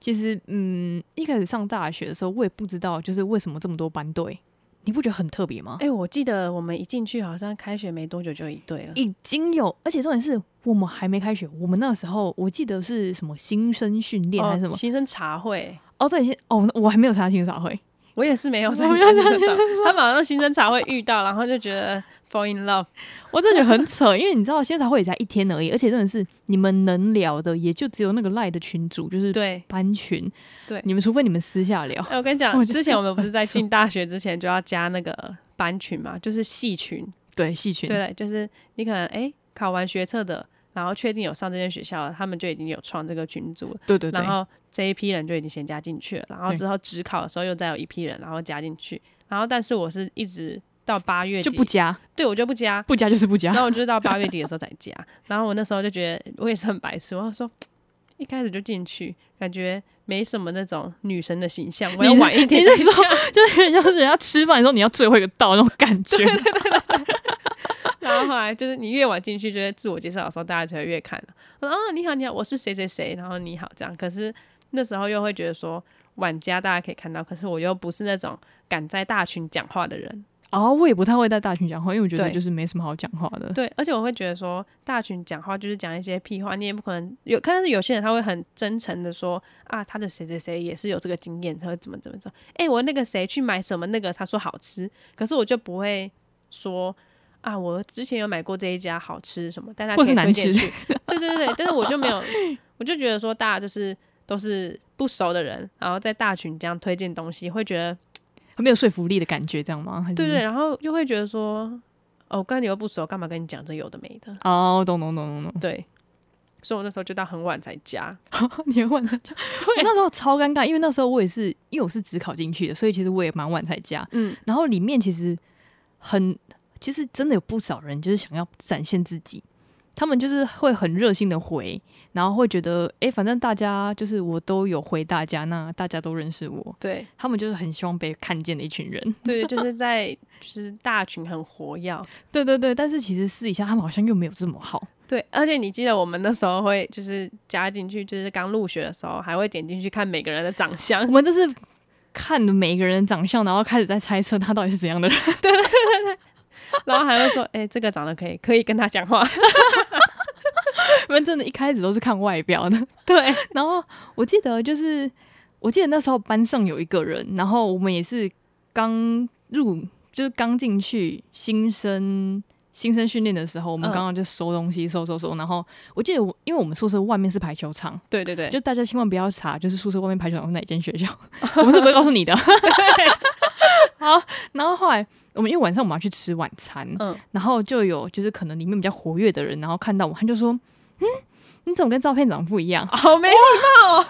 Speaker 1: 其实嗯，一开始上大学的时候，我也不知道就是为什么这么多班队，你不觉得很特别吗？
Speaker 2: 哎、我记得我们一进去，好像开学没多久就一对了。
Speaker 1: 已经有，而且重点是我们还没开学，我们那时候我记得是什么新生训练还是什么
Speaker 2: 哦、？新生茶会，
Speaker 1: 哦，对，先哦，我还没有参加新生茶会，
Speaker 2: 我也是没有参
Speaker 1: 我
Speaker 2: 加
Speaker 1: 没有
Speaker 2: 新
Speaker 1: 参
Speaker 2: 生
Speaker 1: 加
Speaker 2: 茶， 他马上新生茶会遇到，然后就觉得 fall in love。
Speaker 1: 我真的觉得很扯，因为你知道新生茶会也才一天而已，而且真的是你们能聊的也就只有那个赖的群主，就是
Speaker 2: 对，
Speaker 1: 班群，
Speaker 2: 对
Speaker 1: 你们除非你们私下聊，
Speaker 2: 哎、我跟你
Speaker 1: 我
Speaker 2: 讲，
Speaker 1: 觉得
Speaker 2: 之前我们不是在进大学之前就要加那个班群嘛，就是系群，
Speaker 1: 对，戏群，
Speaker 2: 对，就是你可能哎、考完学测的，然后确定有上这间学校了，他们就已经有创这个群组了，
Speaker 1: 对对对
Speaker 2: 然，后这一批人就已经先加进去了，然后
Speaker 1: 对
Speaker 2: 之后职考的时候又再有一批人，然后加进去，然后但是我是一直到八月
Speaker 1: 就
Speaker 2: 底
Speaker 1: 不加，
Speaker 2: 对我就 不加，
Speaker 1: 不加就是不加
Speaker 2: 然。后我就是到八月底的时候才加，然后我那时候就觉得我也是很白痴，我就说一开始就进去，感觉没什么那种女神的形象，我要
Speaker 1: 你是
Speaker 2: 晚一点
Speaker 1: 你是
Speaker 2: 再
Speaker 1: 说
Speaker 2: 加
Speaker 1: 就是 人家就是人家吃饭的时候你要最后一个到那种感觉。
Speaker 2: 然后后来就是你越晚进去，就是自我介绍的时候，大家就会越看了。我说啊，你好，你好，我是谁谁谁，然后你好这样。可是那时候又会觉得说晚加大家可以看到，可是我又不是那种敢在大群讲话的人。
Speaker 1: 哦，我也不太会在大群讲话，因为我觉得
Speaker 2: 对
Speaker 1: 就是没什么好讲话的。
Speaker 2: 对，而且我会觉得说，大群讲话就是讲一些屁话，你也不可能有。但是有些人他会很真诚的说啊，他的谁谁谁也是有这个经验，他会怎么怎么怎么。哎、我那个谁去买什么那个，他说好吃，可是我就不会说啊，我之前有买过这一家好吃什么，但他
Speaker 1: 或是难吃
Speaker 2: 去。对对对对，但是我就没有，我就觉得说大家就是都是不熟的人，然后在大群这样推荐东西，会觉得
Speaker 1: 很没有说服力的感觉，这样吗？还是
Speaker 2: 对对，。然后又会觉得说。哦，我跟你又不熟，干嘛跟你讲这有的没的？
Speaker 1: 哦，懂懂懂懂
Speaker 2: 对，所以我那时候就到很晚才加。
Speaker 1: 懂，你很晚才加。我那时候超尴尬，因为那时候我也是，因为我是只考进去的，所以其实我也蛮晚才加。
Speaker 2: 嗯，
Speaker 1: 然后里面其实很，其实真的有不少人就是想要展现自己，他们就是会很热心的回，然后会觉得，诶，反正大家就是我都有回大家，那大家都认识我，
Speaker 2: 对
Speaker 1: 他们就是很希望被看见的一群人。
Speaker 2: 对，就是在就是大群很活跃，
Speaker 1: 对对对，但是其实私底下他们好像又没有这么好。
Speaker 2: 对，而且你记得我们那时候会就是加进去，就是刚入学的时候还会点进去看每个人的长相
Speaker 1: 我。们这是看每个人长相，然后开始在猜测他到底是怎样的人。
Speaker 2: 然后还会说，哎、这个长得可以，可以跟他讲话。
Speaker 1: 我们真的一开始都是看外表的。
Speaker 2: 对，
Speaker 1: 然后我记得就是，我记得那时候班上有一个人，然后我们也是刚入，就是刚进去新生。新生训练的时候，我们
Speaker 2: 嗯
Speaker 1: 刚刚就收东西，收收收。然后我记得我，因为我们宿舍外面是排球场，
Speaker 2: 对对对，
Speaker 1: 就大家千万不要查，就是宿舍外面排球场是哪间学校， 我们是不会告诉你 的。 好，然后后来我们因为晚上我们要去吃晚餐，
Speaker 2: 嗯
Speaker 1: 然后就有就是可能里面比较活跃的人，然后看到我，他就说：“嗯，你怎么跟照片长得不一样
Speaker 2: 好没礼貌哦。？”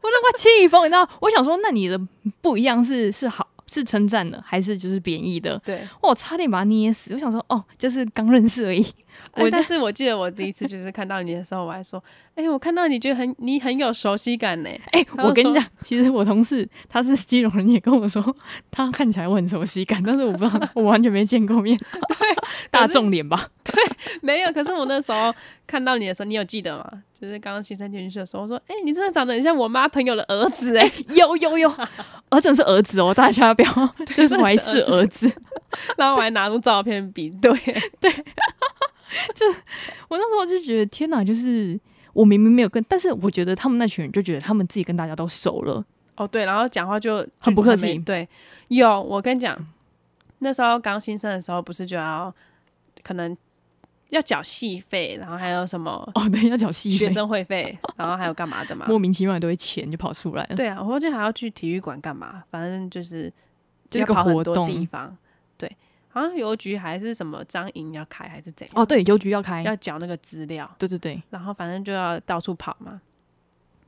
Speaker 1: 我他妈气疯，你知道？我想说，那你的不一样是是好是称赞的，还是就是贬义的？哦
Speaker 2: 对，
Speaker 1: 哇我差点把他捏死。我想说，哦，就是刚认识而已。 我
Speaker 2: 我
Speaker 1: 就
Speaker 2: 但是我记得我第一次就是看到你的时候，我还说，哎、我看到你觉得很你很有熟悉感呢。
Speaker 1: 哎、
Speaker 2: 他就
Speaker 1: 我跟你
Speaker 2: 说
Speaker 1: 讲，其实我同事他是基隆人，也跟我说他看起来我很熟悉感，但是我不知道， 我完全没见 过面。对，大众脸吧？
Speaker 2: 没有，可是我那时候看到你的时候，你有记得吗？就是刚刚新生进去的时候，我说，哎、你真的长得很像我妈朋友的儿子哎。
Speaker 1: 有有 有，儿子是儿子哦，大家不 要就是怀是儿子。
Speaker 2: 然后我还拿出照片比对，
Speaker 1: 我那时候就觉得天哪，就是我明明没有跟，但是我觉得他们那群人就觉得他们自己跟大家都熟了，
Speaker 2: 哦，对，然后讲话就
Speaker 1: 很不客气
Speaker 2: 就没对，有我跟你讲，那时候刚新生的时候，不是就要可能要缴戏费，然后还有什么
Speaker 1: 哦，对，要缴戏
Speaker 2: 学
Speaker 1: 费，
Speaker 2: 生会费，然后还有干嘛 的嘛？
Speaker 1: 莫名其妙一堆钱就跑出来了。
Speaker 2: 对啊，我忘记还要去体育馆干嘛，反正就是
Speaker 1: 就
Speaker 2: 要
Speaker 1: 是个
Speaker 2: 跑很
Speaker 1: 活
Speaker 2: 多
Speaker 1: 动
Speaker 2: 地方。对，好像邮局还是什么张营要开还是怎样？
Speaker 1: 哦，对，邮局要开，
Speaker 2: 要缴那个资料，
Speaker 1: 对对对，
Speaker 2: 然后反正就要到处跑嘛，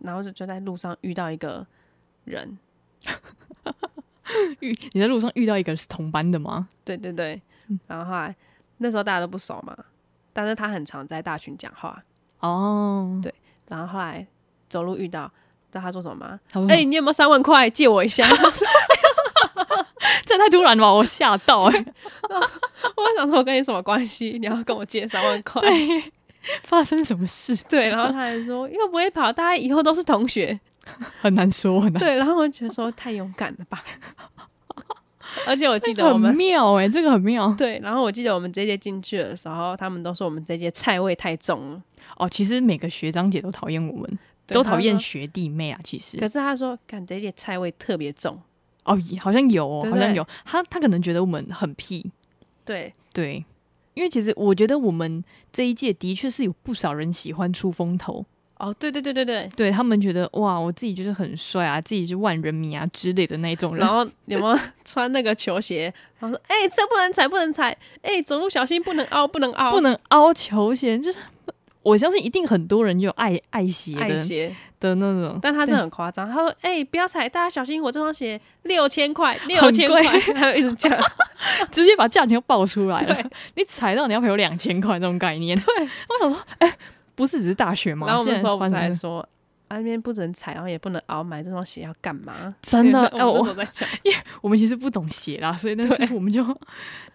Speaker 2: 然后就就在路上遇到一个人，
Speaker 1: 遇你在路上遇到一个是同班的吗？
Speaker 2: 对对对，
Speaker 1: 嗯
Speaker 2: 然后后来那时候大家都不熟嘛，但是他很常在大群讲话，
Speaker 1: 哦，
Speaker 2: 对然后后来走路遇到，知道他说什么吗？
Speaker 1: 他说
Speaker 2: 哎、
Speaker 1: 哎、
Speaker 2: 你有没有三万块借我一下？
Speaker 1: 这太突然了吧，我吓到哎、
Speaker 2: 我想说我跟你什么关系？你要跟我借三万块？
Speaker 1: 对， 发生什么事
Speaker 2: 对，然后他还说又不会跑，大家以后都是同学。
Speaker 1: 很难说，很难。
Speaker 2: 对，然后我就觉得说太勇敢了吧。 而且我记
Speaker 1: 这
Speaker 2: 得
Speaker 1: 个
Speaker 2: 我
Speaker 1: 很
Speaker 2: 们
Speaker 1: 妙哎、这个很妙
Speaker 2: 对，然后我记得我们这届进去的时候，他们都说我们这届菜味太重了，
Speaker 1: 哦。其实每个学长姐都讨厌我们，
Speaker 2: 对
Speaker 1: 都讨
Speaker 2: 他
Speaker 1: 厌
Speaker 2: 们说
Speaker 1: 学弟妹啊。其实
Speaker 2: 可是他说，感这届菜味特别重。
Speaker 1: 哦，也好像有、哦，
Speaker 2: 对不
Speaker 1: 好像
Speaker 2: 对
Speaker 1: 有。他他可能觉得我们很屁，
Speaker 2: 对
Speaker 1: 对，因为其实我觉得我们这一届的确是有不少人喜欢出风头，
Speaker 2: 哦，对对对对对。
Speaker 1: 对他们觉得哇，我自己就是很帅啊，自己是万人迷啊之类的那一种人
Speaker 2: 然。后有没有 穿那个球鞋？然后说：“哎、这不能踩，不能踩！哎、走路小心，不能凹，不能凹，
Speaker 1: 不能凹球鞋，就是我相信一定很多人有爱爱鞋
Speaker 2: 爱
Speaker 1: 的
Speaker 2: 鞋。
Speaker 1: 的那种”，
Speaker 2: 但他是
Speaker 1: 对
Speaker 2: 很夸张，他说：“哎、不要踩，大家小心，我这双鞋六 千块，六
Speaker 1: 很
Speaker 2: 千
Speaker 1: 贵
Speaker 2: 块。”他就一直讲，
Speaker 1: 直接把价钱报出来了
Speaker 2: 对。
Speaker 1: 你踩到你要赔我两千块这种概念。对，我想说，哎、不是只是大学吗？
Speaker 2: 然后我
Speaker 1: 现
Speaker 2: 们
Speaker 1: 在
Speaker 2: 说我
Speaker 1: 发
Speaker 2: 们
Speaker 1: 生
Speaker 2: 才
Speaker 1: 什么
Speaker 2: 说。啊那边不准踩，然后也不能凹，买这双鞋要干嘛？
Speaker 1: 真的哎
Speaker 2: 我
Speaker 1: 我
Speaker 2: 们那时候在讲，
Speaker 1: 我们其实不懂鞋啦，所以但是我们就，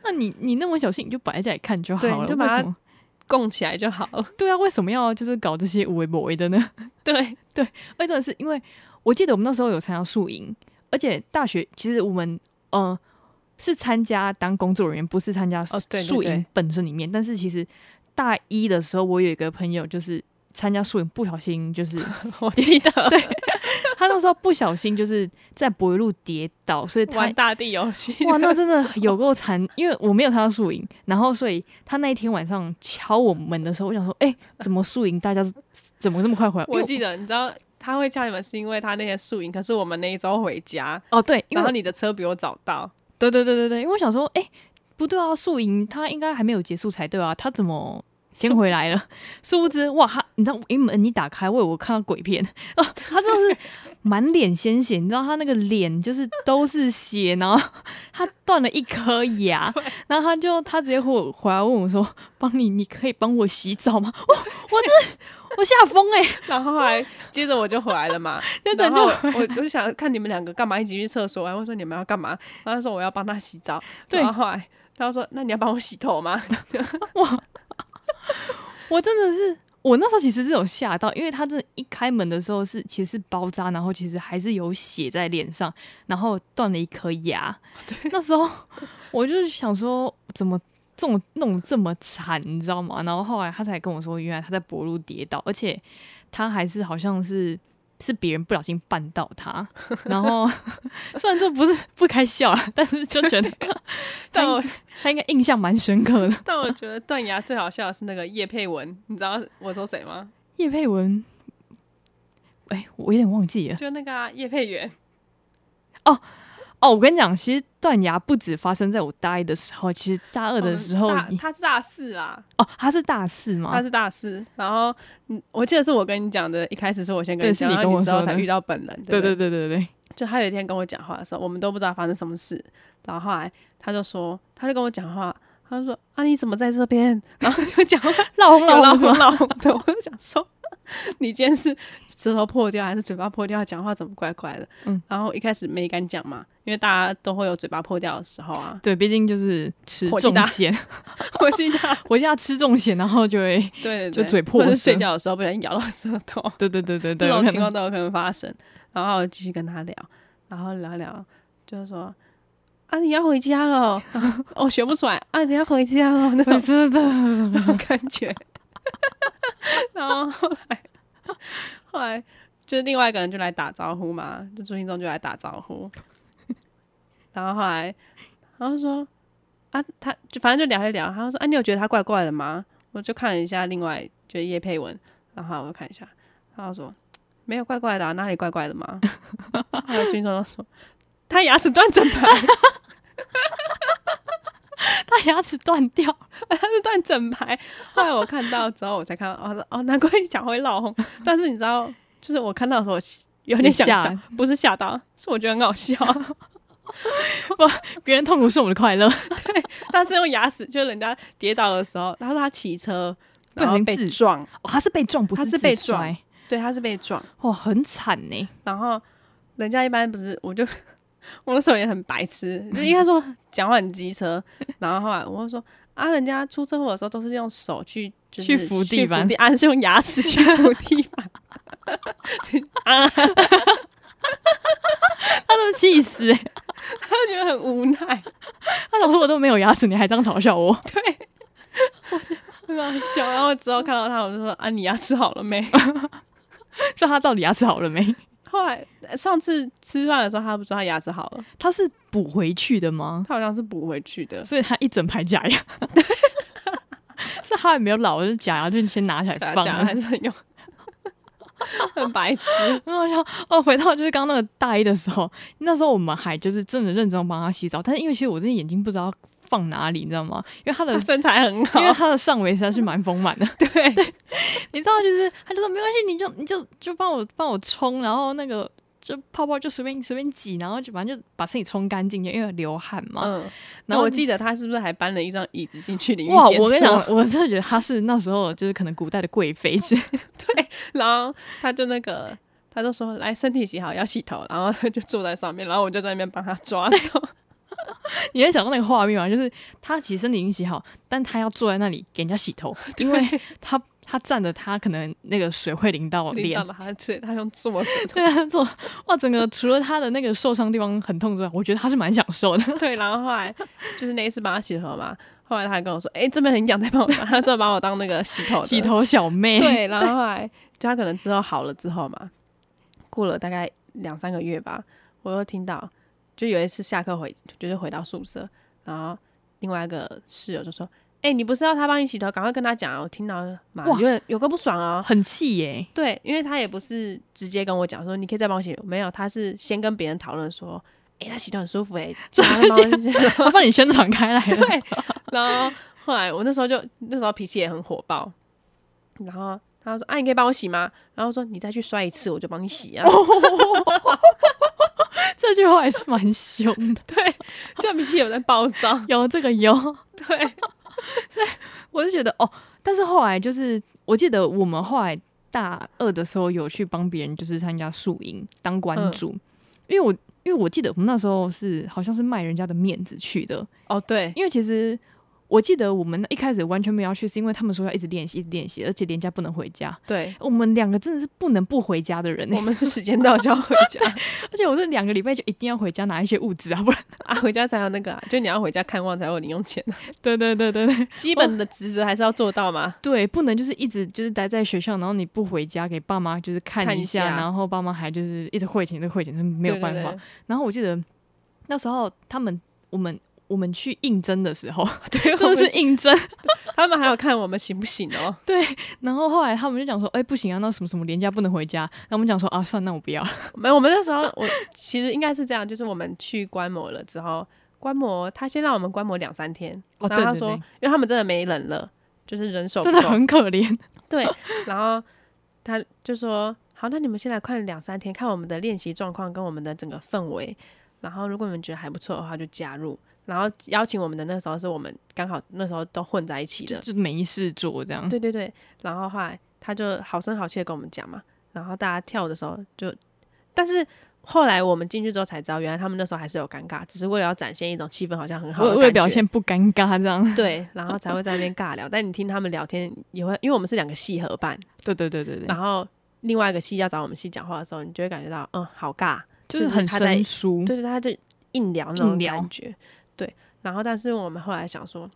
Speaker 1: 那你你那么小心，你就摆在家里看就好
Speaker 2: 对
Speaker 1: 了。
Speaker 2: 你就
Speaker 1: 为
Speaker 2: 把它
Speaker 1: 什么？
Speaker 2: 供起来就好了。
Speaker 1: 对啊，为什么要就是搞这些无为不为的呢？
Speaker 2: 对，
Speaker 1: 而且真的是因为我记得我们那时候有参加宿营，而且大学其实我们呃是参加当工作人员，不是参加
Speaker 2: 哦对对
Speaker 1: 宿营
Speaker 2: 对
Speaker 1: 本身里面。但是其实大一的时候，我有一个朋友就是参加宿营，不小心就是
Speaker 2: 我记得，对，
Speaker 1: 他那时候不小心就是在柏油路跌倒，所以他
Speaker 2: 玩大地游戏，
Speaker 1: 哇，那真的有够惨，因为我没有参加宿营，然后所以他那一天晚上敲我们的时候，我想说，哎、怎么宿营大家怎么那么快回来？因为
Speaker 2: 我记得，你知道他会叫你们是因为他那天宿营，可是我们那一周回家，
Speaker 1: 哦，对，因
Speaker 2: 然
Speaker 1: 为
Speaker 2: 后你的车比我早 到，
Speaker 1: 对对对对对，因为我想说，哎、不对啊，宿营他应该还没有结束才对啊，他怎么先回来了？ 殊不知，哇，他你知道，一门一打开，我以为我看到鬼片 哦，他真的是满脸鲜血，你知道他那个脸就是都是血，然后他断了一颗 牙，然后他就他直接回我回来问我说：“帮你，你可以帮我洗澡吗？” 我我这我吓疯哎，
Speaker 2: 然后后来接着我就回来了嘛，
Speaker 1: 那
Speaker 2: 然
Speaker 1: 等
Speaker 2: 后
Speaker 1: 就
Speaker 2: 我 我就想看你们两个干嘛一起去厕所，然后说你们要干嘛，然后他说我要帮他洗澡，
Speaker 1: 对
Speaker 2: 然后后来他就说那你要帮我洗头吗？
Speaker 1: 我真的是，我那时候其实是有吓到，因为他真的一开门的时候是其实是包扎，然后其实还是有血在脸上，然后断了一颗牙。那时候我就是想说，怎么这种弄这么惨，你知道吗？然后后来他才跟我说，原来他在柏路跌倒，而且他还是好像是。是别人不小心绊到他，然后 虽然这不是不该笑啦，但是就觉得
Speaker 2: 但我
Speaker 1: 他应该印象蛮深刻的。
Speaker 2: 但我觉得断崖最好笑的是那个叶佩文，你知道我说谁吗？
Speaker 1: 叶佩文，哎、我有点忘记了。
Speaker 2: 就那个啊叶、佩 元，
Speaker 1: 哦，我跟你讲，其实断崖不止发生在我大一的时候，其实哦大二
Speaker 2: 我
Speaker 1: 的
Speaker 2: 们
Speaker 1: 时候
Speaker 2: 大
Speaker 1: 也，
Speaker 2: 他是大四啦，
Speaker 1: 哦，他是大四
Speaker 2: 他
Speaker 1: 吗？
Speaker 2: 是大四。然后，嗯，我记得是我跟你讲的，一开始是我先跟
Speaker 1: 对
Speaker 2: 你
Speaker 1: 是
Speaker 2: 讲，
Speaker 1: 你
Speaker 2: 然
Speaker 1: 跟
Speaker 2: 后
Speaker 1: 我
Speaker 2: 你之后
Speaker 1: 说的
Speaker 2: 才遇到本人。
Speaker 1: 对
Speaker 2: 不对
Speaker 1: 对对对 对
Speaker 2: 就他有一天跟我讲话的时候，我们都不知道发生什么事，然后后来他就说，他就跟我讲话，他就说啊你怎么在这边？然后就讲话
Speaker 1: 对，老红
Speaker 2: 老
Speaker 1: 老
Speaker 2: 老
Speaker 1: 红是吗？
Speaker 2: 老红的，我就想说，你今天是舌头破掉还是嘴巴破掉？讲话怎么怪怪的？
Speaker 1: 嗯，。
Speaker 2: 然后一开始没敢讲嘛，因为大家都会有嘴巴破掉的时候啊
Speaker 1: 对，毕竟就是吃
Speaker 2: 火气
Speaker 1: 重
Speaker 2: 大
Speaker 1: 咸，
Speaker 2: 我记得，
Speaker 1: 回家吃重咸，然后就 会，
Speaker 2: 对对对，
Speaker 1: 就嘴破
Speaker 2: 或者
Speaker 1: 舌
Speaker 2: 睡觉的时候不小心咬到舌头，
Speaker 1: 对对对对对，
Speaker 2: 这种
Speaker 1: 有可
Speaker 2: 情
Speaker 1: 能
Speaker 2: 况都有可能发生。然后继续跟他聊，然后聊聊，就是说啊，你要回家了，我学不出来啊，你要回家了 那种
Speaker 1: 我真的
Speaker 2: 那 种感觉。然后后来后来就是另外一个人就来打招呼嘛，就朱信忠就来打招 呼，然后后来然后说啊，他就反正就聊一聊，他就说啊，你有觉得他怪怪的吗？我就看了一下另外就是叶佩文，然后我就看一下，然后说没有怪怪的、啊，哪里怪怪的吗？后来朱信忠就说他牙齿断整排，
Speaker 1: 他牙齿断掉，
Speaker 2: 他是断整排。后来我看到之后，我才看到，哦说哦，难怪你讲会闹红。但是你知道，就是我看到的时候，我有点想
Speaker 1: 你
Speaker 2: 笑，不是吓到，是我觉得很好笑。
Speaker 1: 别人痛苦是我们的快乐，
Speaker 2: 但是用牙齿，就是人家跌倒的时候，他说他骑车
Speaker 1: 不小
Speaker 2: 然
Speaker 1: 心
Speaker 2: 后被
Speaker 1: 自
Speaker 2: 撞，
Speaker 1: 哦，他是被撞，不
Speaker 2: 他
Speaker 1: 是
Speaker 2: 是
Speaker 1: 自
Speaker 2: 被
Speaker 1: 摔
Speaker 2: 撞，对，他是被撞。
Speaker 1: 哇，很惨呢。
Speaker 2: 然后人家一般不是，我就我那时候也很白痴，就应该说讲话很机车。然后后来我就说啊，人家出车祸的时候都是用手去就
Speaker 1: 去
Speaker 2: 是
Speaker 1: 扶地板
Speaker 2: 去扶啊，是用牙齿去扶地板。 啊，他
Speaker 1: 他都气死欸，
Speaker 2: 就觉得很无奈，
Speaker 1: 他想说我都没有牙齿，你还这样嘲笑我？
Speaker 2: 很好笑。然后之后看到他，我就说啊，你牙齿好了 没？
Speaker 1: 知道他到底牙齿好了没？
Speaker 2: 后来呃上次吃饭的时候，他不知道他牙齿好了，
Speaker 1: 他是补回去的吗？
Speaker 2: 他好像是补回去的。
Speaker 1: 所以他一整排假 牙，是他也没有老，就是假牙就先拿起来
Speaker 2: 假
Speaker 1: 放啊
Speaker 2: 假
Speaker 1: 了。
Speaker 2: 还是 很用，很白痴。
Speaker 1: 然后我想哦，回到就是刚刚那个大一的时候，那时候我们还就是真的认真帮他洗澡，但是因为其实我真的眼睛不知道放哪里，你知道吗？因为他的
Speaker 2: 他身材很好
Speaker 1: 嗯因，为他的上围实在是蛮丰满的，
Speaker 2: 对
Speaker 1: 你知道，就是他就说没关系，你就你就就帮我帮我冲，然后那个就泡泡就随便随便挤，然后就反正就把身体冲干净，因为流汗嘛。
Speaker 2: 嗯，
Speaker 1: 然
Speaker 2: 然
Speaker 1: 后
Speaker 2: 后我记得他是不是还搬了一张椅子进去里面
Speaker 1: 哇，
Speaker 2: 检
Speaker 1: 我跟你
Speaker 2: 测
Speaker 1: 讲，，我真的觉得他是那时候就是可能古代的贵妃之类的，
Speaker 2: 然后他就那个，他就说来身体洗好要洗头，然后他就坐在上面，然后我就在那边帮他抓头，
Speaker 1: 你能想到那个画面吗？就是他其实身体已经洗好，但他要坐在那里给人家洗 头，因为他他站着，他可能那个水会淋到哦
Speaker 2: 淋
Speaker 1: 脸
Speaker 2: 到。了他，所以他用坐着，
Speaker 1: 对啊，坐哇，整个除了他的那个受伤地方很痛之外，我觉得他是蛮享受的。
Speaker 2: 对，然后后来就是那一次帮他洗头嘛，后来他还跟我说，哎、这边很 痒，再帮我抓，他就把我当那个洗头的
Speaker 1: 洗，头小妹，
Speaker 2: 对，然后后来就他可能之后好了之后嘛，过了大概两三个月吧，我又听到，就有一次下课回，就是回到宿舍，然后另外一个室友就说：“哎、你不是要他帮你洗头，赶快跟他讲啊！”我听到妈
Speaker 1: 哇
Speaker 2: 有点有个不爽哦。
Speaker 1: 很气耶、
Speaker 2: 对，因为他也不是直接跟我讲说你可以再帮我洗头，没有，他是先跟别人讨论说：“哎、他洗头很舒服哎、欸，叫他帮我洗头
Speaker 1: 他帮你宣传开来了。
Speaker 2: 对，然后后来我那时候就那时候脾气也很火爆，然后他就说：“啊，你可以帮我洗吗？”然后说：“你再去摔一次，我就帮你洗啊。，
Speaker 1: 哦这句话也是蛮凶的
Speaker 2: 对，这脾气有在暴躁。
Speaker 1: 有这个有，
Speaker 2: 对，
Speaker 1: 我是觉得哦，但是后来就是我记得我们后来大二的时候有去帮别人就是参加宿营当关主，因为我因为我记得我们那时候是好像是卖人家的面子去的，
Speaker 2: 哦对，
Speaker 1: 因为其实我记得我们一开始完全没有要去，是因为他们说要一直练习，一直练习，而且连假不能回家。
Speaker 2: 对，
Speaker 1: 我们两个真的是不能不回家的人、
Speaker 2: 我
Speaker 1: 欸，
Speaker 2: 们是时间到就要回家
Speaker 1: 而且我是两个礼拜就一定要回家拿一些物资啊，不然
Speaker 2: 啊，回家才有那个、啊，就你要回家看望才有零用钱、啊，
Speaker 1: 对对对对对
Speaker 2: 基本的职责还是要做到嘛。
Speaker 1: 对，不能就是一直就是待在学校，然后你不回家给爸妈就是看
Speaker 2: 看一
Speaker 1: 一下，
Speaker 2: 下
Speaker 1: 然后爸妈还就是一直汇钱，一直汇钱，真的没
Speaker 2: 对
Speaker 1: 有办法。然后我记得那时候他们我们我们去应征的 时候，
Speaker 2: 对 对，
Speaker 1: 真
Speaker 2: 就
Speaker 1: 的是
Speaker 2: 是
Speaker 1: 应征。
Speaker 2: 他们还有看我们行不行哦。
Speaker 1: 对，然后后来他们就讲说，哎、不行啊，那什么什么连假不能回家。然后我们讲说啊，算，那我不要。
Speaker 2: 没有，我们那时候我其实应该是这样，就是我们去观摩了之后，观摩他先让我们观摩两三天，
Speaker 1: 哦，
Speaker 2: 然
Speaker 1: 对
Speaker 2: 后他
Speaker 1: 对
Speaker 2: 说，
Speaker 1: 对，
Speaker 2: 因为他们真的没人了，就是人手不
Speaker 1: 真的
Speaker 2: 够，
Speaker 1: 很可 怜。
Speaker 2: 对，然后他就说：“好，那你们先来看两三天，看我们的练习状况跟我们的整个氛围。然后如果你们觉得还不错的话，就加入。然后邀请我们的那时候是我们刚好那时候都混在一起
Speaker 1: 就
Speaker 2: 的，
Speaker 1: 就没事做这样。
Speaker 2: 对对对。然后后来他就好声好气的跟我们讲嘛。然后大家跳的时候就，但是后来我们进去之后才知道，原来他们那时候还是有尴尬，只是为了要展现一种气氛，好像很好的
Speaker 1: 为
Speaker 2: 感觉。
Speaker 1: 为了表现不尴尬这 样。
Speaker 2: 对，然后才会在那边尬聊。但你听他们聊天也会，因为我们是两个系合办。”
Speaker 1: 对对对对对，
Speaker 2: 然后另外一个系要找我们系讲话的时候，你就会感觉到，嗯，好尬，
Speaker 1: 就是
Speaker 2: 就是
Speaker 1: 很
Speaker 2: 他在
Speaker 1: 生疏。
Speaker 2: 对对，他就硬聊那
Speaker 1: 嗯
Speaker 2: 种
Speaker 1: 硬聊
Speaker 2: 感觉，对。然后，但是我们后来想说，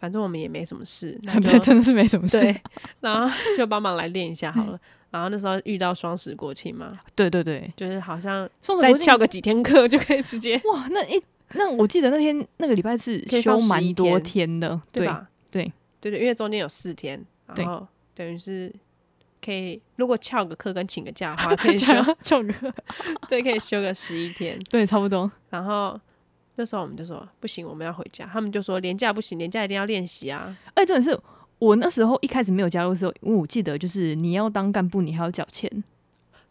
Speaker 2: 反正我们也没什么事， 那
Speaker 1: 对，
Speaker 2: 就
Speaker 1: 真的是嗯没什么事。
Speaker 2: 对，然后就帮忙来练一下好了。然后那时候遇到双十国庆嘛，
Speaker 1: 对对对，
Speaker 2: 就是好像
Speaker 1: 双子
Speaker 2: 再
Speaker 1: 国庆
Speaker 2: 翘个几天课就可以直接，
Speaker 1: 哇，那一那我记得那天那个礼拜是
Speaker 2: 可以
Speaker 1: 休
Speaker 2: 放
Speaker 1: 蛮
Speaker 2: 11
Speaker 1: 多
Speaker 2: 天
Speaker 1: 天的，对
Speaker 2: 吧？
Speaker 1: 对
Speaker 2: 对对，因为中间有四天，
Speaker 1: 对
Speaker 2: 然后等于是可以，如果翘个课跟请个假的 话，可
Speaker 1: 对，
Speaker 2: 以休，
Speaker 1: 唱 歌，
Speaker 2: 对，可以休个十一天。
Speaker 1: 对，差不多。
Speaker 2: 然后那时候我们就说不行，我们要回家。他们就说廉假不行，廉假一定要练习啊。
Speaker 1: 哎，重点是我那时候一开始没有加入的时候，因为我记得就是你要当干部，你还要缴钱。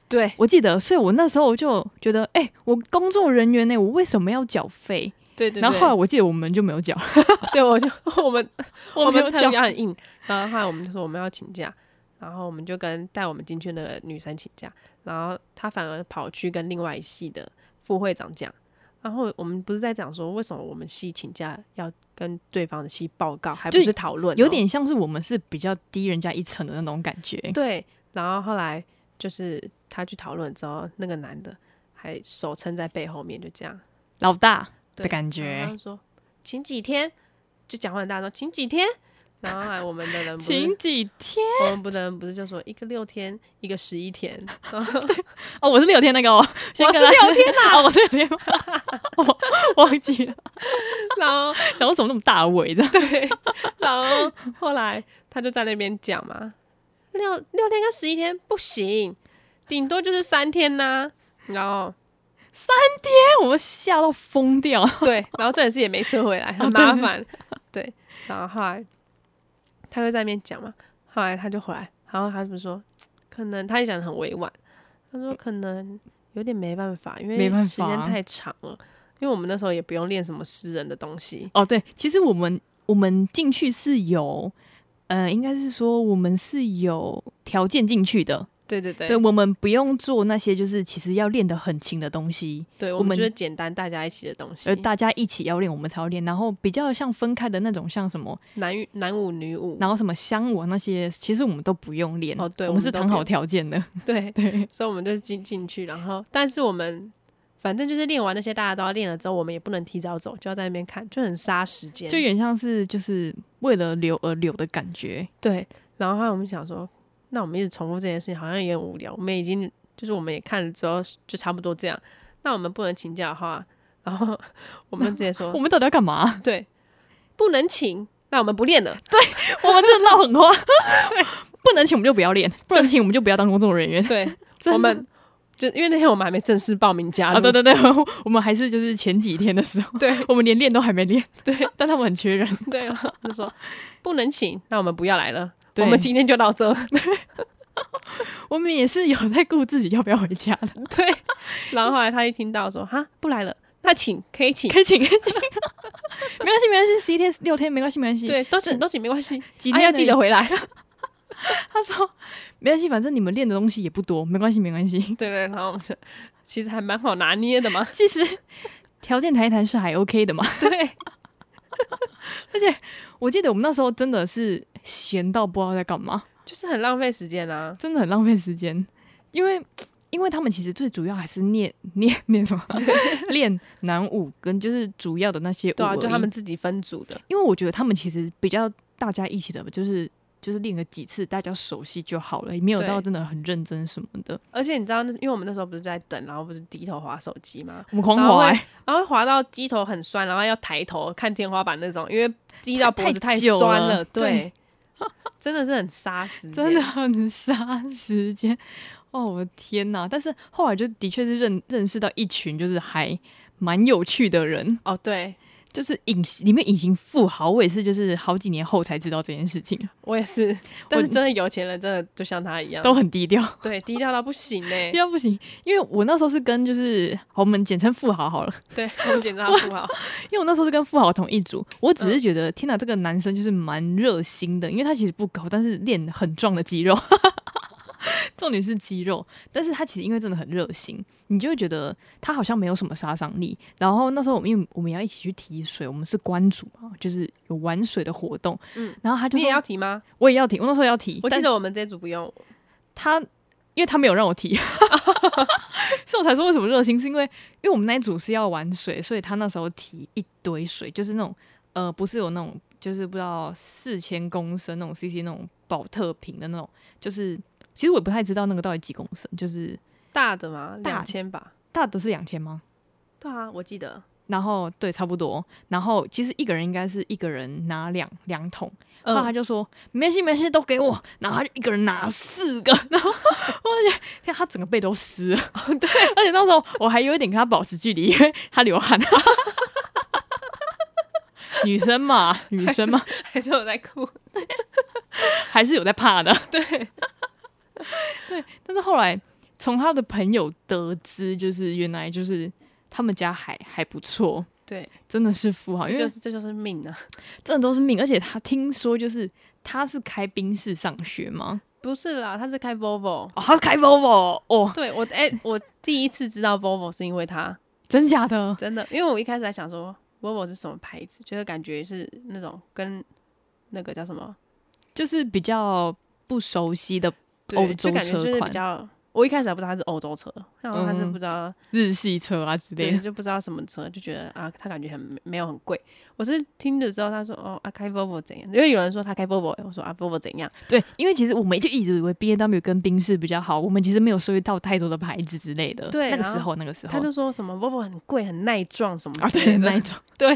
Speaker 2: 对
Speaker 1: 我记得，所以我那时候我就觉得，哎、我工作人员呢、我为什么要缴费？
Speaker 2: 对对
Speaker 1: 然后后来
Speaker 2: 后
Speaker 1: 我记得我们就没有缴，
Speaker 2: 对我就我们 我
Speaker 1: 没
Speaker 2: 们
Speaker 1: 有
Speaker 2: 特
Speaker 1: 缴，
Speaker 2: 别很硬。然后后来我们就说我们要请假，然后我们就跟带我们进去那个女生请假，然后她反而跑去跟另外一系的副会长讲。然后我们不是在讲说，为什么我们系请假要跟对方的系报告，还不
Speaker 1: 就是
Speaker 2: 讨论哦、
Speaker 1: 有点像是我们是比较低人家一层的那种感觉。
Speaker 2: 对，然后后来就是他去讨论之后，那个男的还手撑在背后面，就这样
Speaker 1: 老大
Speaker 2: 对啊
Speaker 1: 的感
Speaker 2: 然后
Speaker 1: 觉，
Speaker 2: 他就说请几天，就讲话很大声，请几天。然后后来我们的人不
Speaker 1: 请
Speaker 2: 是，
Speaker 1: 几天
Speaker 2: 我嗯们不能不是就说一个六天，一个十一天， 然后
Speaker 1: 哦，我是六天那个哦， 先
Speaker 2: 我
Speaker 1: 跟
Speaker 2: 是
Speaker 1: 他 哦，我是六天吗，我忘记了，
Speaker 2: 然后
Speaker 1: 然后怎么那么大尾这样？
Speaker 2: 对，然后后来他就在那边讲嘛，六六天跟十一天不行，顶多就是三天呐、然后
Speaker 1: 哎，我们吓到疯掉，
Speaker 2: 对，然后这也是也没 撤回来，
Speaker 1: 哦
Speaker 2: 很麻烦。对，然后后来他就在那边讲嘛，后来他就回来，然后他就说，可能他也讲的很委婉，他说可能有点没办法，因为
Speaker 1: 没办
Speaker 2: 时间
Speaker 1: 法
Speaker 2: 太长了，因为我们那时候也不用练什么诗人的东西，
Speaker 1: 哦，对，其实我们我们进去是有，呃，应该是说我们是有条件进去的，
Speaker 2: 对对对，
Speaker 1: 对我们不用做那些就是其实要练得很勤的东西，
Speaker 2: 对
Speaker 1: 我
Speaker 2: 我们
Speaker 1: 们
Speaker 2: 就是简单大家一起的东西
Speaker 1: 而，大家一起要练，我们才要练。然后比较像分开的那种，像什么，
Speaker 2: 男女男舞女舞，
Speaker 1: 然后什么香舞啊那些，其实我们都不用练。
Speaker 2: 哦对
Speaker 1: 我
Speaker 2: 我
Speaker 1: 们
Speaker 2: 们
Speaker 1: 是
Speaker 2: 都
Speaker 1: 谈
Speaker 2: 不
Speaker 1: 好
Speaker 2: 用
Speaker 1: 条件的。
Speaker 2: 对，
Speaker 1: 对，
Speaker 2: 所以我们就进进去，然后但是我们。反正就是练完那些大家都要练了之后，我们也不能提早走，就要在那边看，就很杀时间。
Speaker 1: 就有点像是就是为了留而留的感觉。
Speaker 2: 对，然后后来我们想说，那我们一直重复这件事情好像也很无聊，我们已经就是我们也看了之后就差不多这样，那我们不能请假的话，然后 我们就直接
Speaker 1: 我
Speaker 2: 说
Speaker 1: 们到底要干嘛？
Speaker 2: 对，不能请，那我们不练了。
Speaker 1: 我们这唠 狠话，不能请我们就不要练，不能请我们就不要当工作人 员。
Speaker 2: 对
Speaker 1: 真的
Speaker 2: 我们就因为那天我们还没正式报名加
Speaker 1: 啊，
Speaker 2: 入，
Speaker 1: 对对对，我们还是就是前几天的时候，
Speaker 2: 对
Speaker 1: 我们连练都还没练。对，但他们很缺人。
Speaker 2: 对然后就说不能请，那我们不要来了，
Speaker 1: 对
Speaker 2: 我们今天就到 这。
Speaker 1: 我们也是有在顾自己要不要回家的。
Speaker 2: 对，然后后来他一听到说哈不来了，那请可以请，
Speaker 1: 可以请，可以请， 没关系，没关系，十一天、六天没关系，没关系。，
Speaker 2: 对，都请都请没关系，
Speaker 1: 几
Speaker 2: 啊
Speaker 1: 天、
Speaker 2: 要记得。回来。
Speaker 1: 他说没关系，反正你们练的东西也不多，没关系，没关系。。
Speaker 2: 对对，然后我们就其实还蛮好 拿捏的嘛
Speaker 1: 其实条件谈一谈是还 OK 的嘛。
Speaker 2: 对，
Speaker 1: 我记得我们那时候真的是闲到不知道在干嘛，
Speaker 2: 就是很浪费时间啊啦、
Speaker 1: 真的很浪费时间，因为因为他们其实最主要还是念 念念什么练男舞跟就是主要的那些舞
Speaker 2: 对啊，
Speaker 1: 而
Speaker 2: 就
Speaker 1: 已
Speaker 2: 他们自己分组的，
Speaker 1: 因为我觉得他们其实比较大家一起的，就是就是练个几次，大家熟悉就好了，也没有
Speaker 2: 对
Speaker 1: 到真的很认真什么的。
Speaker 2: 而且你知道那，因为我们那时候不是在等，然后不是低头划手机吗？
Speaker 1: 我们狂
Speaker 2: 然后
Speaker 1: 滑、
Speaker 2: 会
Speaker 1: 欸，
Speaker 2: 然后滑到低头很酸，然后要抬头看天花板那种，因为低到脖子
Speaker 1: 太太久
Speaker 2: 酸
Speaker 1: 了
Speaker 2: 对， 真的是很杀时间，
Speaker 1: 真的很杀时间。哦，我的天哪！但是后来就的确是认认识到一群就是还蛮有趣的人，
Speaker 2: 哦，对
Speaker 1: 就是隐形里面隐形富豪，我也是就是好几年后才知道这件事情，
Speaker 2: 我也 是，但是真的有钱人真的就像他一样，
Speaker 1: 都很低调。
Speaker 2: 对低调到不行呢、
Speaker 1: 低调不行，因为我那时候是跟就是好，我们简称富豪好了，
Speaker 2: 对，我们检查不 好，
Speaker 1: 因为我那时候是跟富豪同一组，我
Speaker 2: 嗯
Speaker 1: 只是觉得、天哪，这个男生就是蛮热心的，因为他其实不高，但是练很壮的肌肉， 重点是肌肉，但是他其实因为真的很热心，你就会觉得他好像没有什么杀伤力。然后那时候我们因为我们要一起去提水，我们是关主嘛，就是有玩水的活动，
Speaker 2: 嗯
Speaker 1: 然后他就
Speaker 2: 你也
Speaker 1: 说
Speaker 2: 要提吗？
Speaker 1: 我也要提，我那时候要提，
Speaker 2: 我
Speaker 1: 但
Speaker 2: 记得我们这组不用，
Speaker 1: 他，因为他没有让我提， 所以我才说为什么热心，是因为因为我们那一组是要玩水，所以他那时候提一堆水，就是那种呃，不是有那种就是不知道四千公升那种 CC 那种保特瓶的那种，就是其实我也不太知道那个到底几公升，就是
Speaker 2: 大的嘛，
Speaker 1: 大
Speaker 2: 两千吧，
Speaker 1: 大的是两千吗？
Speaker 2: 对啊，我记得，
Speaker 1: 然后对，差不多。然后其实一个人应该是一个人拿两两桶，后来他
Speaker 2: 嗯，
Speaker 1: 就说没事没事，都给我。然后他就一个人拿四个， 然后我就觉得天啊他整个背都湿了。对，而且那时候我还有一点跟他保持距离，因为他流汗。 女生嘛，女生嘛，
Speaker 2: 还是我在哭，
Speaker 1: 还是有在怕 的。对，对。但是后来从他的朋友得知，就是原来就是他们家还还不错，
Speaker 2: 对，
Speaker 1: 真的是富豪，因
Speaker 2: 这
Speaker 1: 为
Speaker 2: 就是这就是命啊，
Speaker 1: 真的都是命。而且他听说就是他是开宾士上学吗？
Speaker 2: 不是啦，他是开 Volvo。
Speaker 1: 哦，他是开 Volvo 哦，
Speaker 2: 对我哎、我第一次知道 Volvo 是因为他，
Speaker 1: 真假的？
Speaker 2: 真的，因为我一开始还想说 Volvo 是什么牌子，觉得感觉是那种跟那个叫什么
Speaker 1: 就是比较不熟悉的欧
Speaker 2: 对，就
Speaker 1: 洲
Speaker 2: 感觉
Speaker 1: 车
Speaker 2: 就是比
Speaker 1: 款
Speaker 2: 较。我一开始还不知道它是欧洲车，然后它是不知道，
Speaker 1: 日系车啊之类
Speaker 2: 对，
Speaker 1: 的。
Speaker 2: 就不知道什么车，就觉得啊，它感觉很没有很贵。我是听了之后，他说哦，啊开 Volvo 怎样？因为有人说他开 Volvo，我说啊 Volvo 怎样？
Speaker 1: 对，因为其实我们就一直以为 B N W 跟宾士比较好，我们其实没有收集到太多的牌子之类的。
Speaker 2: 对
Speaker 1: 那个
Speaker 2: 然后
Speaker 1: 时候，那个时候
Speaker 2: 他就说什么 Volvo 很贵，很耐撞什么
Speaker 1: 啊，
Speaker 2: 之
Speaker 1: 对
Speaker 2: 类的。
Speaker 1: 那一 种，
Speaker 2: 对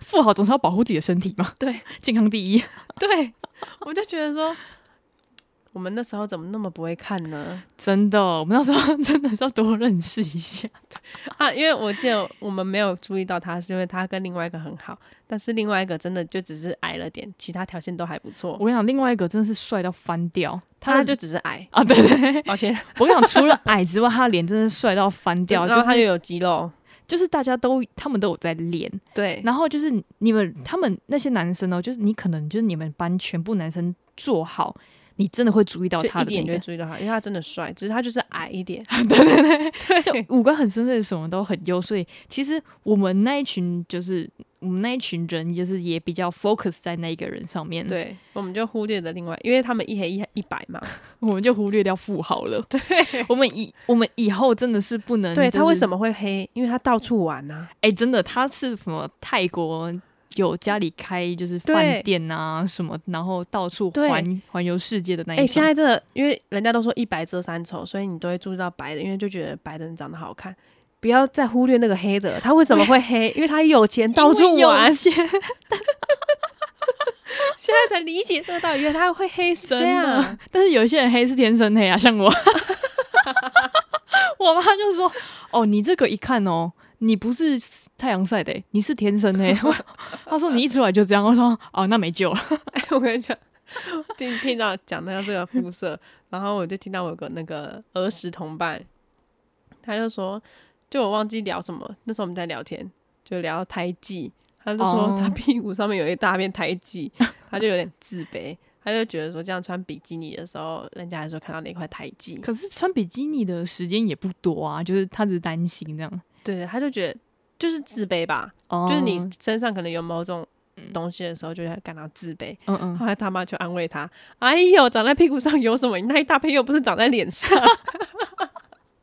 Speaker 1: 富豪总是要保护自己的身体嘛，
Speaker 2: 对，
Speaker 1: 健康第一。
Speaker 2: 对， 我就觉得说，我们那时候怎么那么不会看呢？
Speaker 1: 真的，我们那时候真的是要多认识一 下。
Speaker 2: 啊，因为我记得我们没有注意到他，是因为他跟另外一个很好，但是另外一个真的就只是矮了点，其他条件都还不错
Speaker 1: 我。跟你讲，另外一个真的是帅到翻掉，
Speaker 2: 他
Speaker 1: 的
Speaker 2: 就只是矮，
Speaker 1: 啊，对对，
Speaker 2: 而且
Speaker 1: 我跟你讲，除了矮之外，他的脸真的是帅到翻掉，
Speaker 2: 然后
Speaker 1: 就
Speaker 2: 他又
Speaker 1: 是
Speaker 2: 有肌肉，
Speaker 1: 就是大家都他们都有在练，
Speaker 2: 对，
Speaker 1: 然后就是你们他们那些男生哦，就是你可能就是你们班全部男生做好，你真的会注意到
Speaker 2: 就
Speaker 1: 他
Speaker 2: 一
Speaker 1: 的
Speaker 2: 点就
Speaker 1: 那
Speaker 2: 会
Speaker 1: 个，
Speaker 2: 注意到他，因为他真的帅，只是他就是矮一点。
Speaker 1: 就五官很深邃，什么都很优。所以其实我们那一群就是我们那一群人，就是也比较 focus 在那一个人上面，，
Speaker 2: 对，我们就忽略了另外，因为他们一黑一黑一白嘛，
Speaker 1: 我们就忽略掉富豪了。对，我们以我们以后真的是不能、
Speaker 2: 对他为什
Speaker 1: 么？
Speaker 2: 么会黑？因为他到处玩啊，
Speaker 1: 哎、真的他是什么泰国？有家里开就是饭
Speaker 2: 对
Speaker 1: 店啊什么，然后到处
Speaker 2: 对
Speaker 1: 环环游世界的那一种。
Speaker 2: 哎、现在真的，因为人家都说一白遮三丑，所以你都会注意到白的，因为就觉得白的人长得好看。不要再忽略那个黑的，他为什么会黑？因为他有钱到处
Speaker 1: 因为有
Speaker 2: 玩。
Speaker 1: 钱
Speaker 2: 现在才理解这个道理，原来他会黑是这
Speaker 1: 真的
Speaker 2: 样。，
Speaker 1: 但是有些人黑是天生黑啊，像我， 我妈就说：“哦，你这个一看哦，你不是太阳晒的、欸你是天生黑。 我”她说：“你一出来就这样。”我说：“哦，那没救了。
Speaker 2: 哎， 我跟你讲，听听到讲到这个肤色，然后我就听到我有个那个儿时同伴，他就说，就我忘记聊什么，那时候我们在聊天，就聊胎记，他就
Speaker 1: 哦
Speaker 2: 说他屁股上面有一大片胎记，他就有点自卑，他就觉得说这样穿比基尼的时候，人家还说看到那块胎记，
Speaker 1: 可是穿比基尼的时间也不多啊，就是她只是担心这样。
Speaker 2: 对，他就觉得就是自卑吧，
Speaker 1: 哦
Speaker 2: 就是你身上可能有某种东西的时候，就在感到自卑。
Speaker 1: 嗯嗯，
Speaker 2: 后来他妈就安慰他：“哎呦，长在屁股上有什么？你那一大片又不是长在脸上。”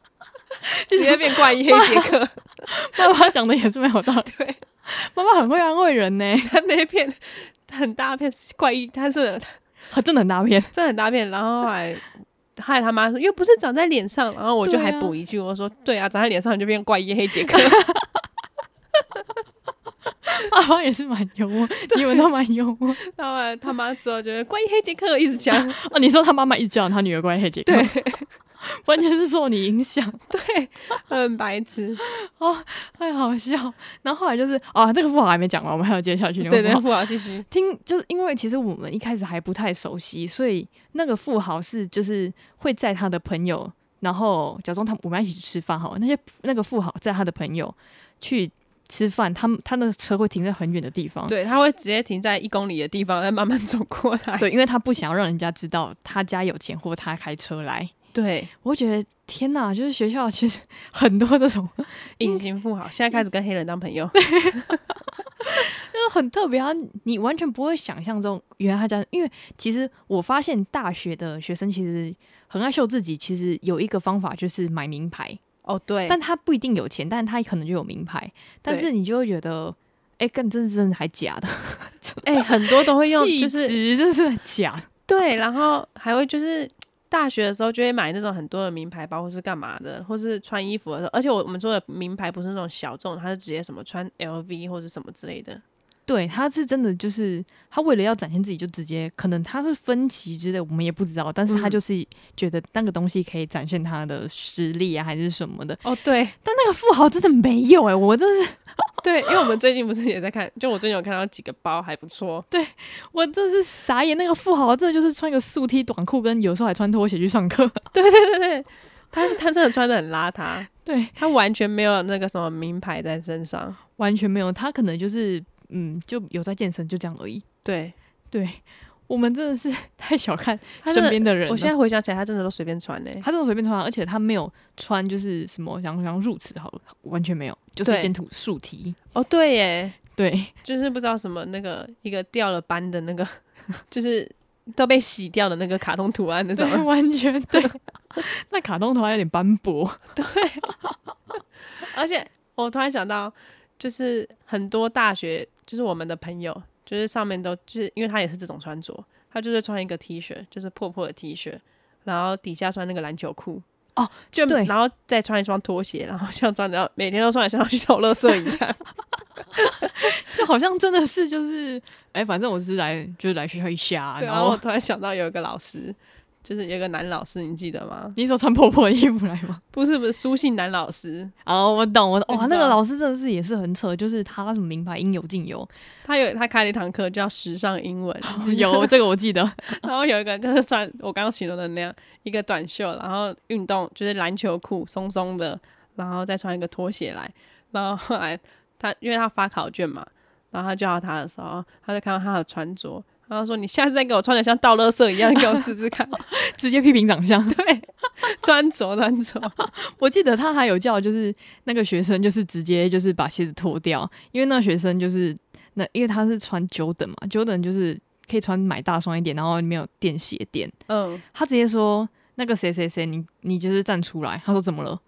Speaker 2: 直接变怪异黑杰克，
Speaker 1: 妈妈讲的也是没有道理，
Speaker 2: 对
Speaker 1: 妈妈很会安慰人呢、
Speaker 2: 他那一片很大片是怪异，他是
Speaker 1: 她真的很大片，
Speaker 2: 真的很大片。然后后来，后来他妈说又不是长在脸上，然后我就还补一句，我说对啊，长在脸上就变怪异黑 杰克。
Speaker 1: 妈妈也是蛮幽 默，你们都蛮幽默。
Speaker 2: 然后后来他妈之后觉得怪异黑杰克一直讲，
Speaker 1: 哦，你说他妈妈一直叫她女儿乖黑杰克，
Speaker 2: 对，
Speaker 1: 完全是受你影响，
Speaker 2: 对，很白痴。
Speaker 1: 太好笑。然后后来就是啊，这个富豪还没讲完，我们还有接下去。那个
Speaker 2: 对
Speaker 1: 富
Speaker 2: 对
Speaker 1: 豪，
Speaker 2: 不嗯好继续。
Speaker 1: 听就是因为其实我们一开始还不太熟悉，所以那个富豪是就是会在他的朋友，然后假装他们我们一起去吃饭好了，那些那个富豪在他的朋友去吃饭，他们他的车会停在很远的地方，
Speaker 2: 对，他会直接停在一公里的地方，再慢慢走过来。
Speaker 1: 对，因为他不想让人家知道他家有钱或他开车来。
Speaker 2: 对，
Speaker 1: 我会觉得天哪，就是学校其实 很多这种
Speaker 2: 隐形富豪现在开始跟黑人当朋友。
Speaker 1: 就很特别啊！你完全不会想象中，原来他家，因为其实我发现大学的学生其实很爱秀自己，其实有一个方法就是买名牌，
Speaker 2: 哦，对，
Speaker 1: 但他不一定有钱，但他可能就有名牌，但是你就会觉得，哎、更真是真的还假的，
Speaker 2: 哎、很多 都会 用，
Speaker 1: 气
Speaker 2: 就是
Speaker 1: 质这是假，
Speaker 2: 对，然后还会就是大学的时候就会买那种很多的名牌包，或是干嘛的，或是穿衣服的时候，而且我我们说的名牌不是那种小众，它是直接什么穿 LV 或是什么之类的。
Speaker 1: 对，他是真的就是他为了要展现自己，就直接可能他是分歧之类，我们也不知道，但是他
Speaker 2: 嗯
Speaker 1: 就是觉得那个东西可以展现他的实力啊，还是什么的，
Speaker 2: 哦，对
Speaker 1: 但那个富豪真的没有哎、诶我真是。
Speaker 2: 对，因为我们最近不是也在看，就我最近有看到几个包还不错，
Speaker 1: 我真是傻眼，那个富豪真的就是穿一个素 T 短裤，跟有时候还穿拖鞋去上课。
Speaker 2: 对 对对对，他他真的穿的很邋遢，
Speaker 1: 对，
Speaker 2: 他完全没有那个什么名牌在身上。
Speaker 1: 完全没有，他可能就是嗯，就有在健身，就这样而已。
Speaker 2: 对，
Speaker 1: 对我们真的是太小看
Speaker 2: 他真
Speaker 1: 身
Speaker 2: 的
Speaker 1: 边的人了。
Speaker 2: 我现在回想起来，他真的都随便穿呢、欸
Speaker 1: 他这种随便穿啊，而且他没有穿就是什么想想入词好了，完全没有，就是
Speaker 2: 对
Speaker 1: 一件土素 T。
Speaker 2: 哦，对耶，
Speaker 1: 对
Speaker 2: 就是不知道什么那个一个掉了斑的那个， 就是都被洗掉的那个卡通图案那 种。
Speaker 1: 对，完全对。 那卡通头还有点斑驳，
Speaker 2: 而且我突然想到，就是很多大学，就是我们的朋友，就是上面都就是因为他也是这种穿着，他就是穿一个 T 恤，就是破破的 T 恤，然后底下穿那个篮球裤。
Speaker 1: 哦，
Speaker 2: 就
Speaker 1: 对
Speaker 2: 然后再穿一双拖鞋，然后像穿的每天都穿的像要去投垃圾一样。
Speaker 1: 就好像真的是就是，哎、反正我是来就是来学校一下啊，
Speaker 2: 对，
Speaker 1: 然
Speaker 2: 然后
Speaker 1: 后
Speaker 2: 我突然想到有一个老师，就是有一个男老师，你记得吗？
Speaker 1: 你一手穿破破的衣服来吗？
Speaker 2: 不是不是，苏姓男老师，
Speaker 1: 哦，我懂，我懂。
Speaker 2: 你
Speaker 1: 哇，
Speaker 2: 知
Speaker 1: 那个
Speaker 2: 道
Speaker 1: 老师真的是也是很扯，就是他什么名牌应有尽有，
Speaker 2: 他有他开了一堂课叫时尚英文，
Speaker 1: 有这个我记得。
Speaker 2: 然后有一个人就是穿我刚刚形容的那样一个短袖，然后运动就是篮球裤松松的，然后再穿一个拖鞋来，然后后来他因为他发考卷嘛，然后他叫他的时候，他就看到他的穿着。然后说：“你下次再给我穿的像倒垃圾一样，给我试试看。
Speaker 1: 直接批评长相。
Speaker 2: 对，穿着穿着，
Speaker 1: 我记得他还有叫，就是那个学生，就是直接就是把鞋子脱掉，因为那个学生就是那，因为他是穿 Jordan 嘛，Jordan 就是可以穿买大双一点，然后没有垫鞋垫。
Speaker 2: 嗯，
Speaker 1: 他直接说那个谁谁谁，你你就是站出来。他说怎么了？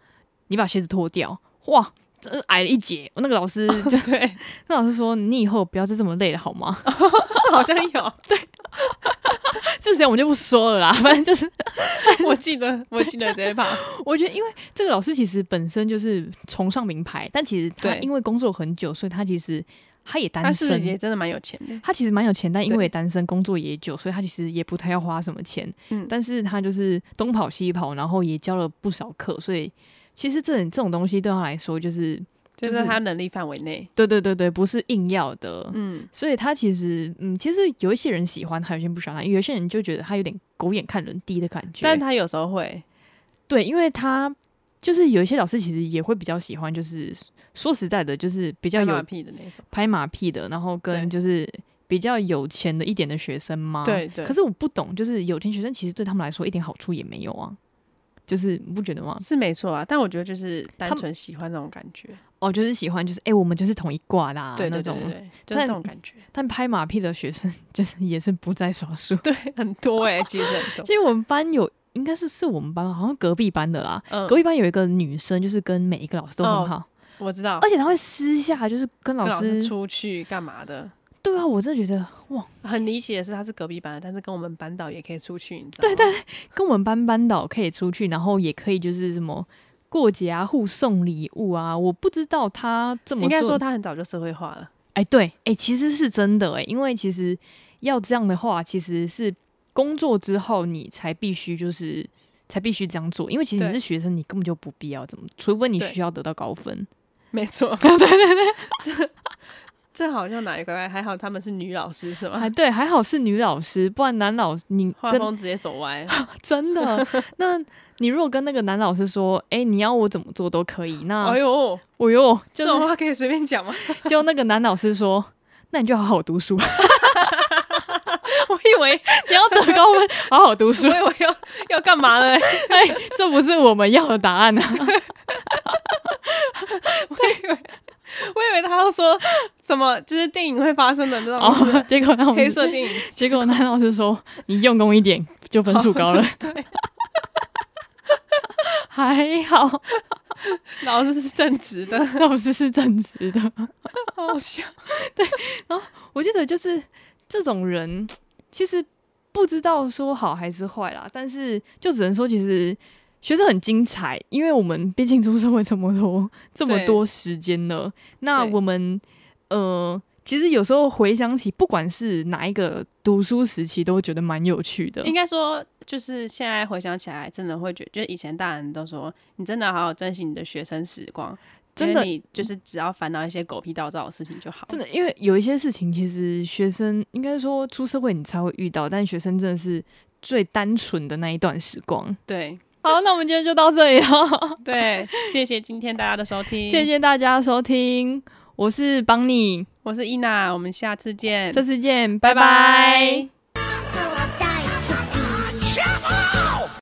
Speaker 1: 你把鞋子脱掉。哇，真矮了一截。那个老师就
Speaker 2: 对，
Speaker 1: 那老师说，你以后不要再这么累了好吗？
Speaker 2: 好像有，
Speaker 1: 这谁我们就不说了啦，反正就是
Speaker 2: 我记得，我记得这一把，
Speaker 1: 我觉得，因为这个老师其实本身就是崇尚名牌，但其实他
Speaker 2: 对
Speaker 1: 因为工作很久，所以他其实他也
Speaker 2: 他
Speaker 1: 单
Speaker 2: 是不是
Speaker 1: 身。
Speaker 2: 也真的蛮有钱的？
Speaker 1: 他其实蛮有钱，但因
Speaker 2: 对
Speaker 1: 为也单身，工作也久，所以他其实也不太要花什么钱。
Speaker 2: 嗯
Speaker 1: 但是他就是东跑西跑，然后也教了不少课，所以其实这种这种东西对他来说，就是
Speaker 2: 就
Speaker 1: 就是
Speaker 2: 是他能力范围内。
Speaker 1: 对对对对，不是硬要的。
Speaker 2: 嗯，
Speaker 1: 所以他其实，嗯，其实有一些人喜欢他，有些人不喜欢他，有些人就觉得他有点狗眼看人低的感觉。
Speaker 2: 但他有时候会，
Speaker 1: 对，因为他就是有一些老师其实也会比较喜欢，就是说实在的，就是比较
Speaker 2: 拍马
Speaker 1: 有
Speaker 2: 屁的那种。
Speaker 1: 拍马屁的，然后跟
Speaker 2: 对
Speaker 1: 就是比较有钱的一点的学生嘛。
Speaker 2: 对对
Speaker 1: 可是我不懂，就是有钱学生其实对他们来说一点好处也没有啊。就是你不觉得吗？
Speaker 2: 是没错啊，但我觉得就是单
Speaker 1: 他们
Speaker 2: 纯喜欢那种感觉，
Speaker 1: 哦，就是喜欢，就是哎、诶我们就是同一挂啦，
Speaker 2: 对对
Speaker 1: 那
Speaker 2: 对对
Speaker 1: 种。
Speaker 2: 对，就是啊这种感觉，
Speaker 1: 但拍马屁的学生 就是也是不在少数。
Speaker 2: 对，很多 哎、其实很多，
Speaker 1: 其实我们班有，应该是是我们班吧，好像隔壁班的啦。
Speaker 2: 嗯
Speaker 1: 隔，壁班有一个女生，就是跟每一个老师都很好，
Speaker 2: 我知道，
Speaker 1: 而且她会私下就是哦跟老
Speaker 2: 哎跟老
Speaker 1: 师
Speaker 2: 师出去干嘛的？
Speaker 1: 对啊，我真的觉得哇，
Speaker 2: 很离奇的是，他是隔壁班的，但是跟我们班导也可以出去，你知道吗？对对，
Speaker 1: 跟我们班班导可以出去，然后也可以就是什么过节啊，互送礼物啊。我不知道她这么
Speaker 2: 应该
Speaker 1: 做
Speaker 2: 说他很早就社会化了，
Speaker 1: 哎、对，哎、其实是真的哎、因为其实要这样的话，其实是工作之后你才必须就是才必须这样做，因为其实你
Speaker 2: 对
Speaker 1: 是学生，你根本就不必要怎么，除非你
Speaker 2: 对
Speaker 1: 需要得到高分。
Speaker 2: 没错， 对对对，这这好像哪一个？还好他们是女老师是吗
Speaker 1: 还？哎对，还好是女老师，不然男老师你
Speaker 2: 画
Speaker 1: 跟
Speaker 2: 风直接走歪，
Speaker 1: 真 的，那你如果跟那个男老师说，哎、你要我怎么做都可以，那
Speaker 2: 哎呦，
Speaker 1: 我哟，
Speaker 2: 这
Speaker 1: 就
Speaker 2: 种
Speaker 1: 是
Speaker 2: 话可以随便讲吗？
Speaker 1: 就那个男老师说，那你就好好读书。 我以为你要得高分，好好读 书
Speaker 2: 所。以 我要要干嘛了？
Speaker 1: 哎、这不是我们要的答案 啊！
Speaker 2: 我以为他要说什么，就是电影会发生的那种
Speaker 1: 哦
Speaker 2: 事，，
Speaker 1: 结果那我
Speaker 2: 黑
Speaker 1: 们
Speaker 2: 色电影。
Speaker 1: 结果男老师说你用功一点就分 数高了，
Speaker 2: 哦对，
Speaker 1: 还好
Speaker 2: 老师是正直的，
Speaker 1: 老师是正直的。
Speaker 2: 好笑。
Speaker 1: 我记得就是这种人，其实不知道说好还是坏啦，但是就只能说其实。学生很精彩，因为我们毕竟出社会这么多这么
Speaker 2: 对
Speaker 1: 多时间了。那
Speaker 2: 对
Speaker 1: 我们呃，其实有时候回想起，不管是哪一个读书时期，都会觉得蛮有趣的。
Speaker 2: 应该说，就是现在回想起来，真的会觉得，就是以前大人都说，你真的好好珍惜你的学生时光，
Speaker 1: 真
Speaker 2: 因为
Speaker 1: 的
Speaker 2: 你就是只要烦恼一些狗屁倒灶的事情就好。
Speaker 1: 真的，因为有一些事情，其实学生应该说出社会你才会遇到，但学生真的是最单纯的那一段时光。
Speaker 2: 对
Speaker 1: 好，那我们今天就到这里了，
Speaker 2: 对，谢谢今天大家的收听，
Speaker 1: 谢，谢大家收听，我是邦尼，
Speaker 2: 我是伊娜，我们下次见，
Speaker 1: 这次见，拜
Speaker 2: 拜
Speaker 1: 拜
Speaker 2: 拜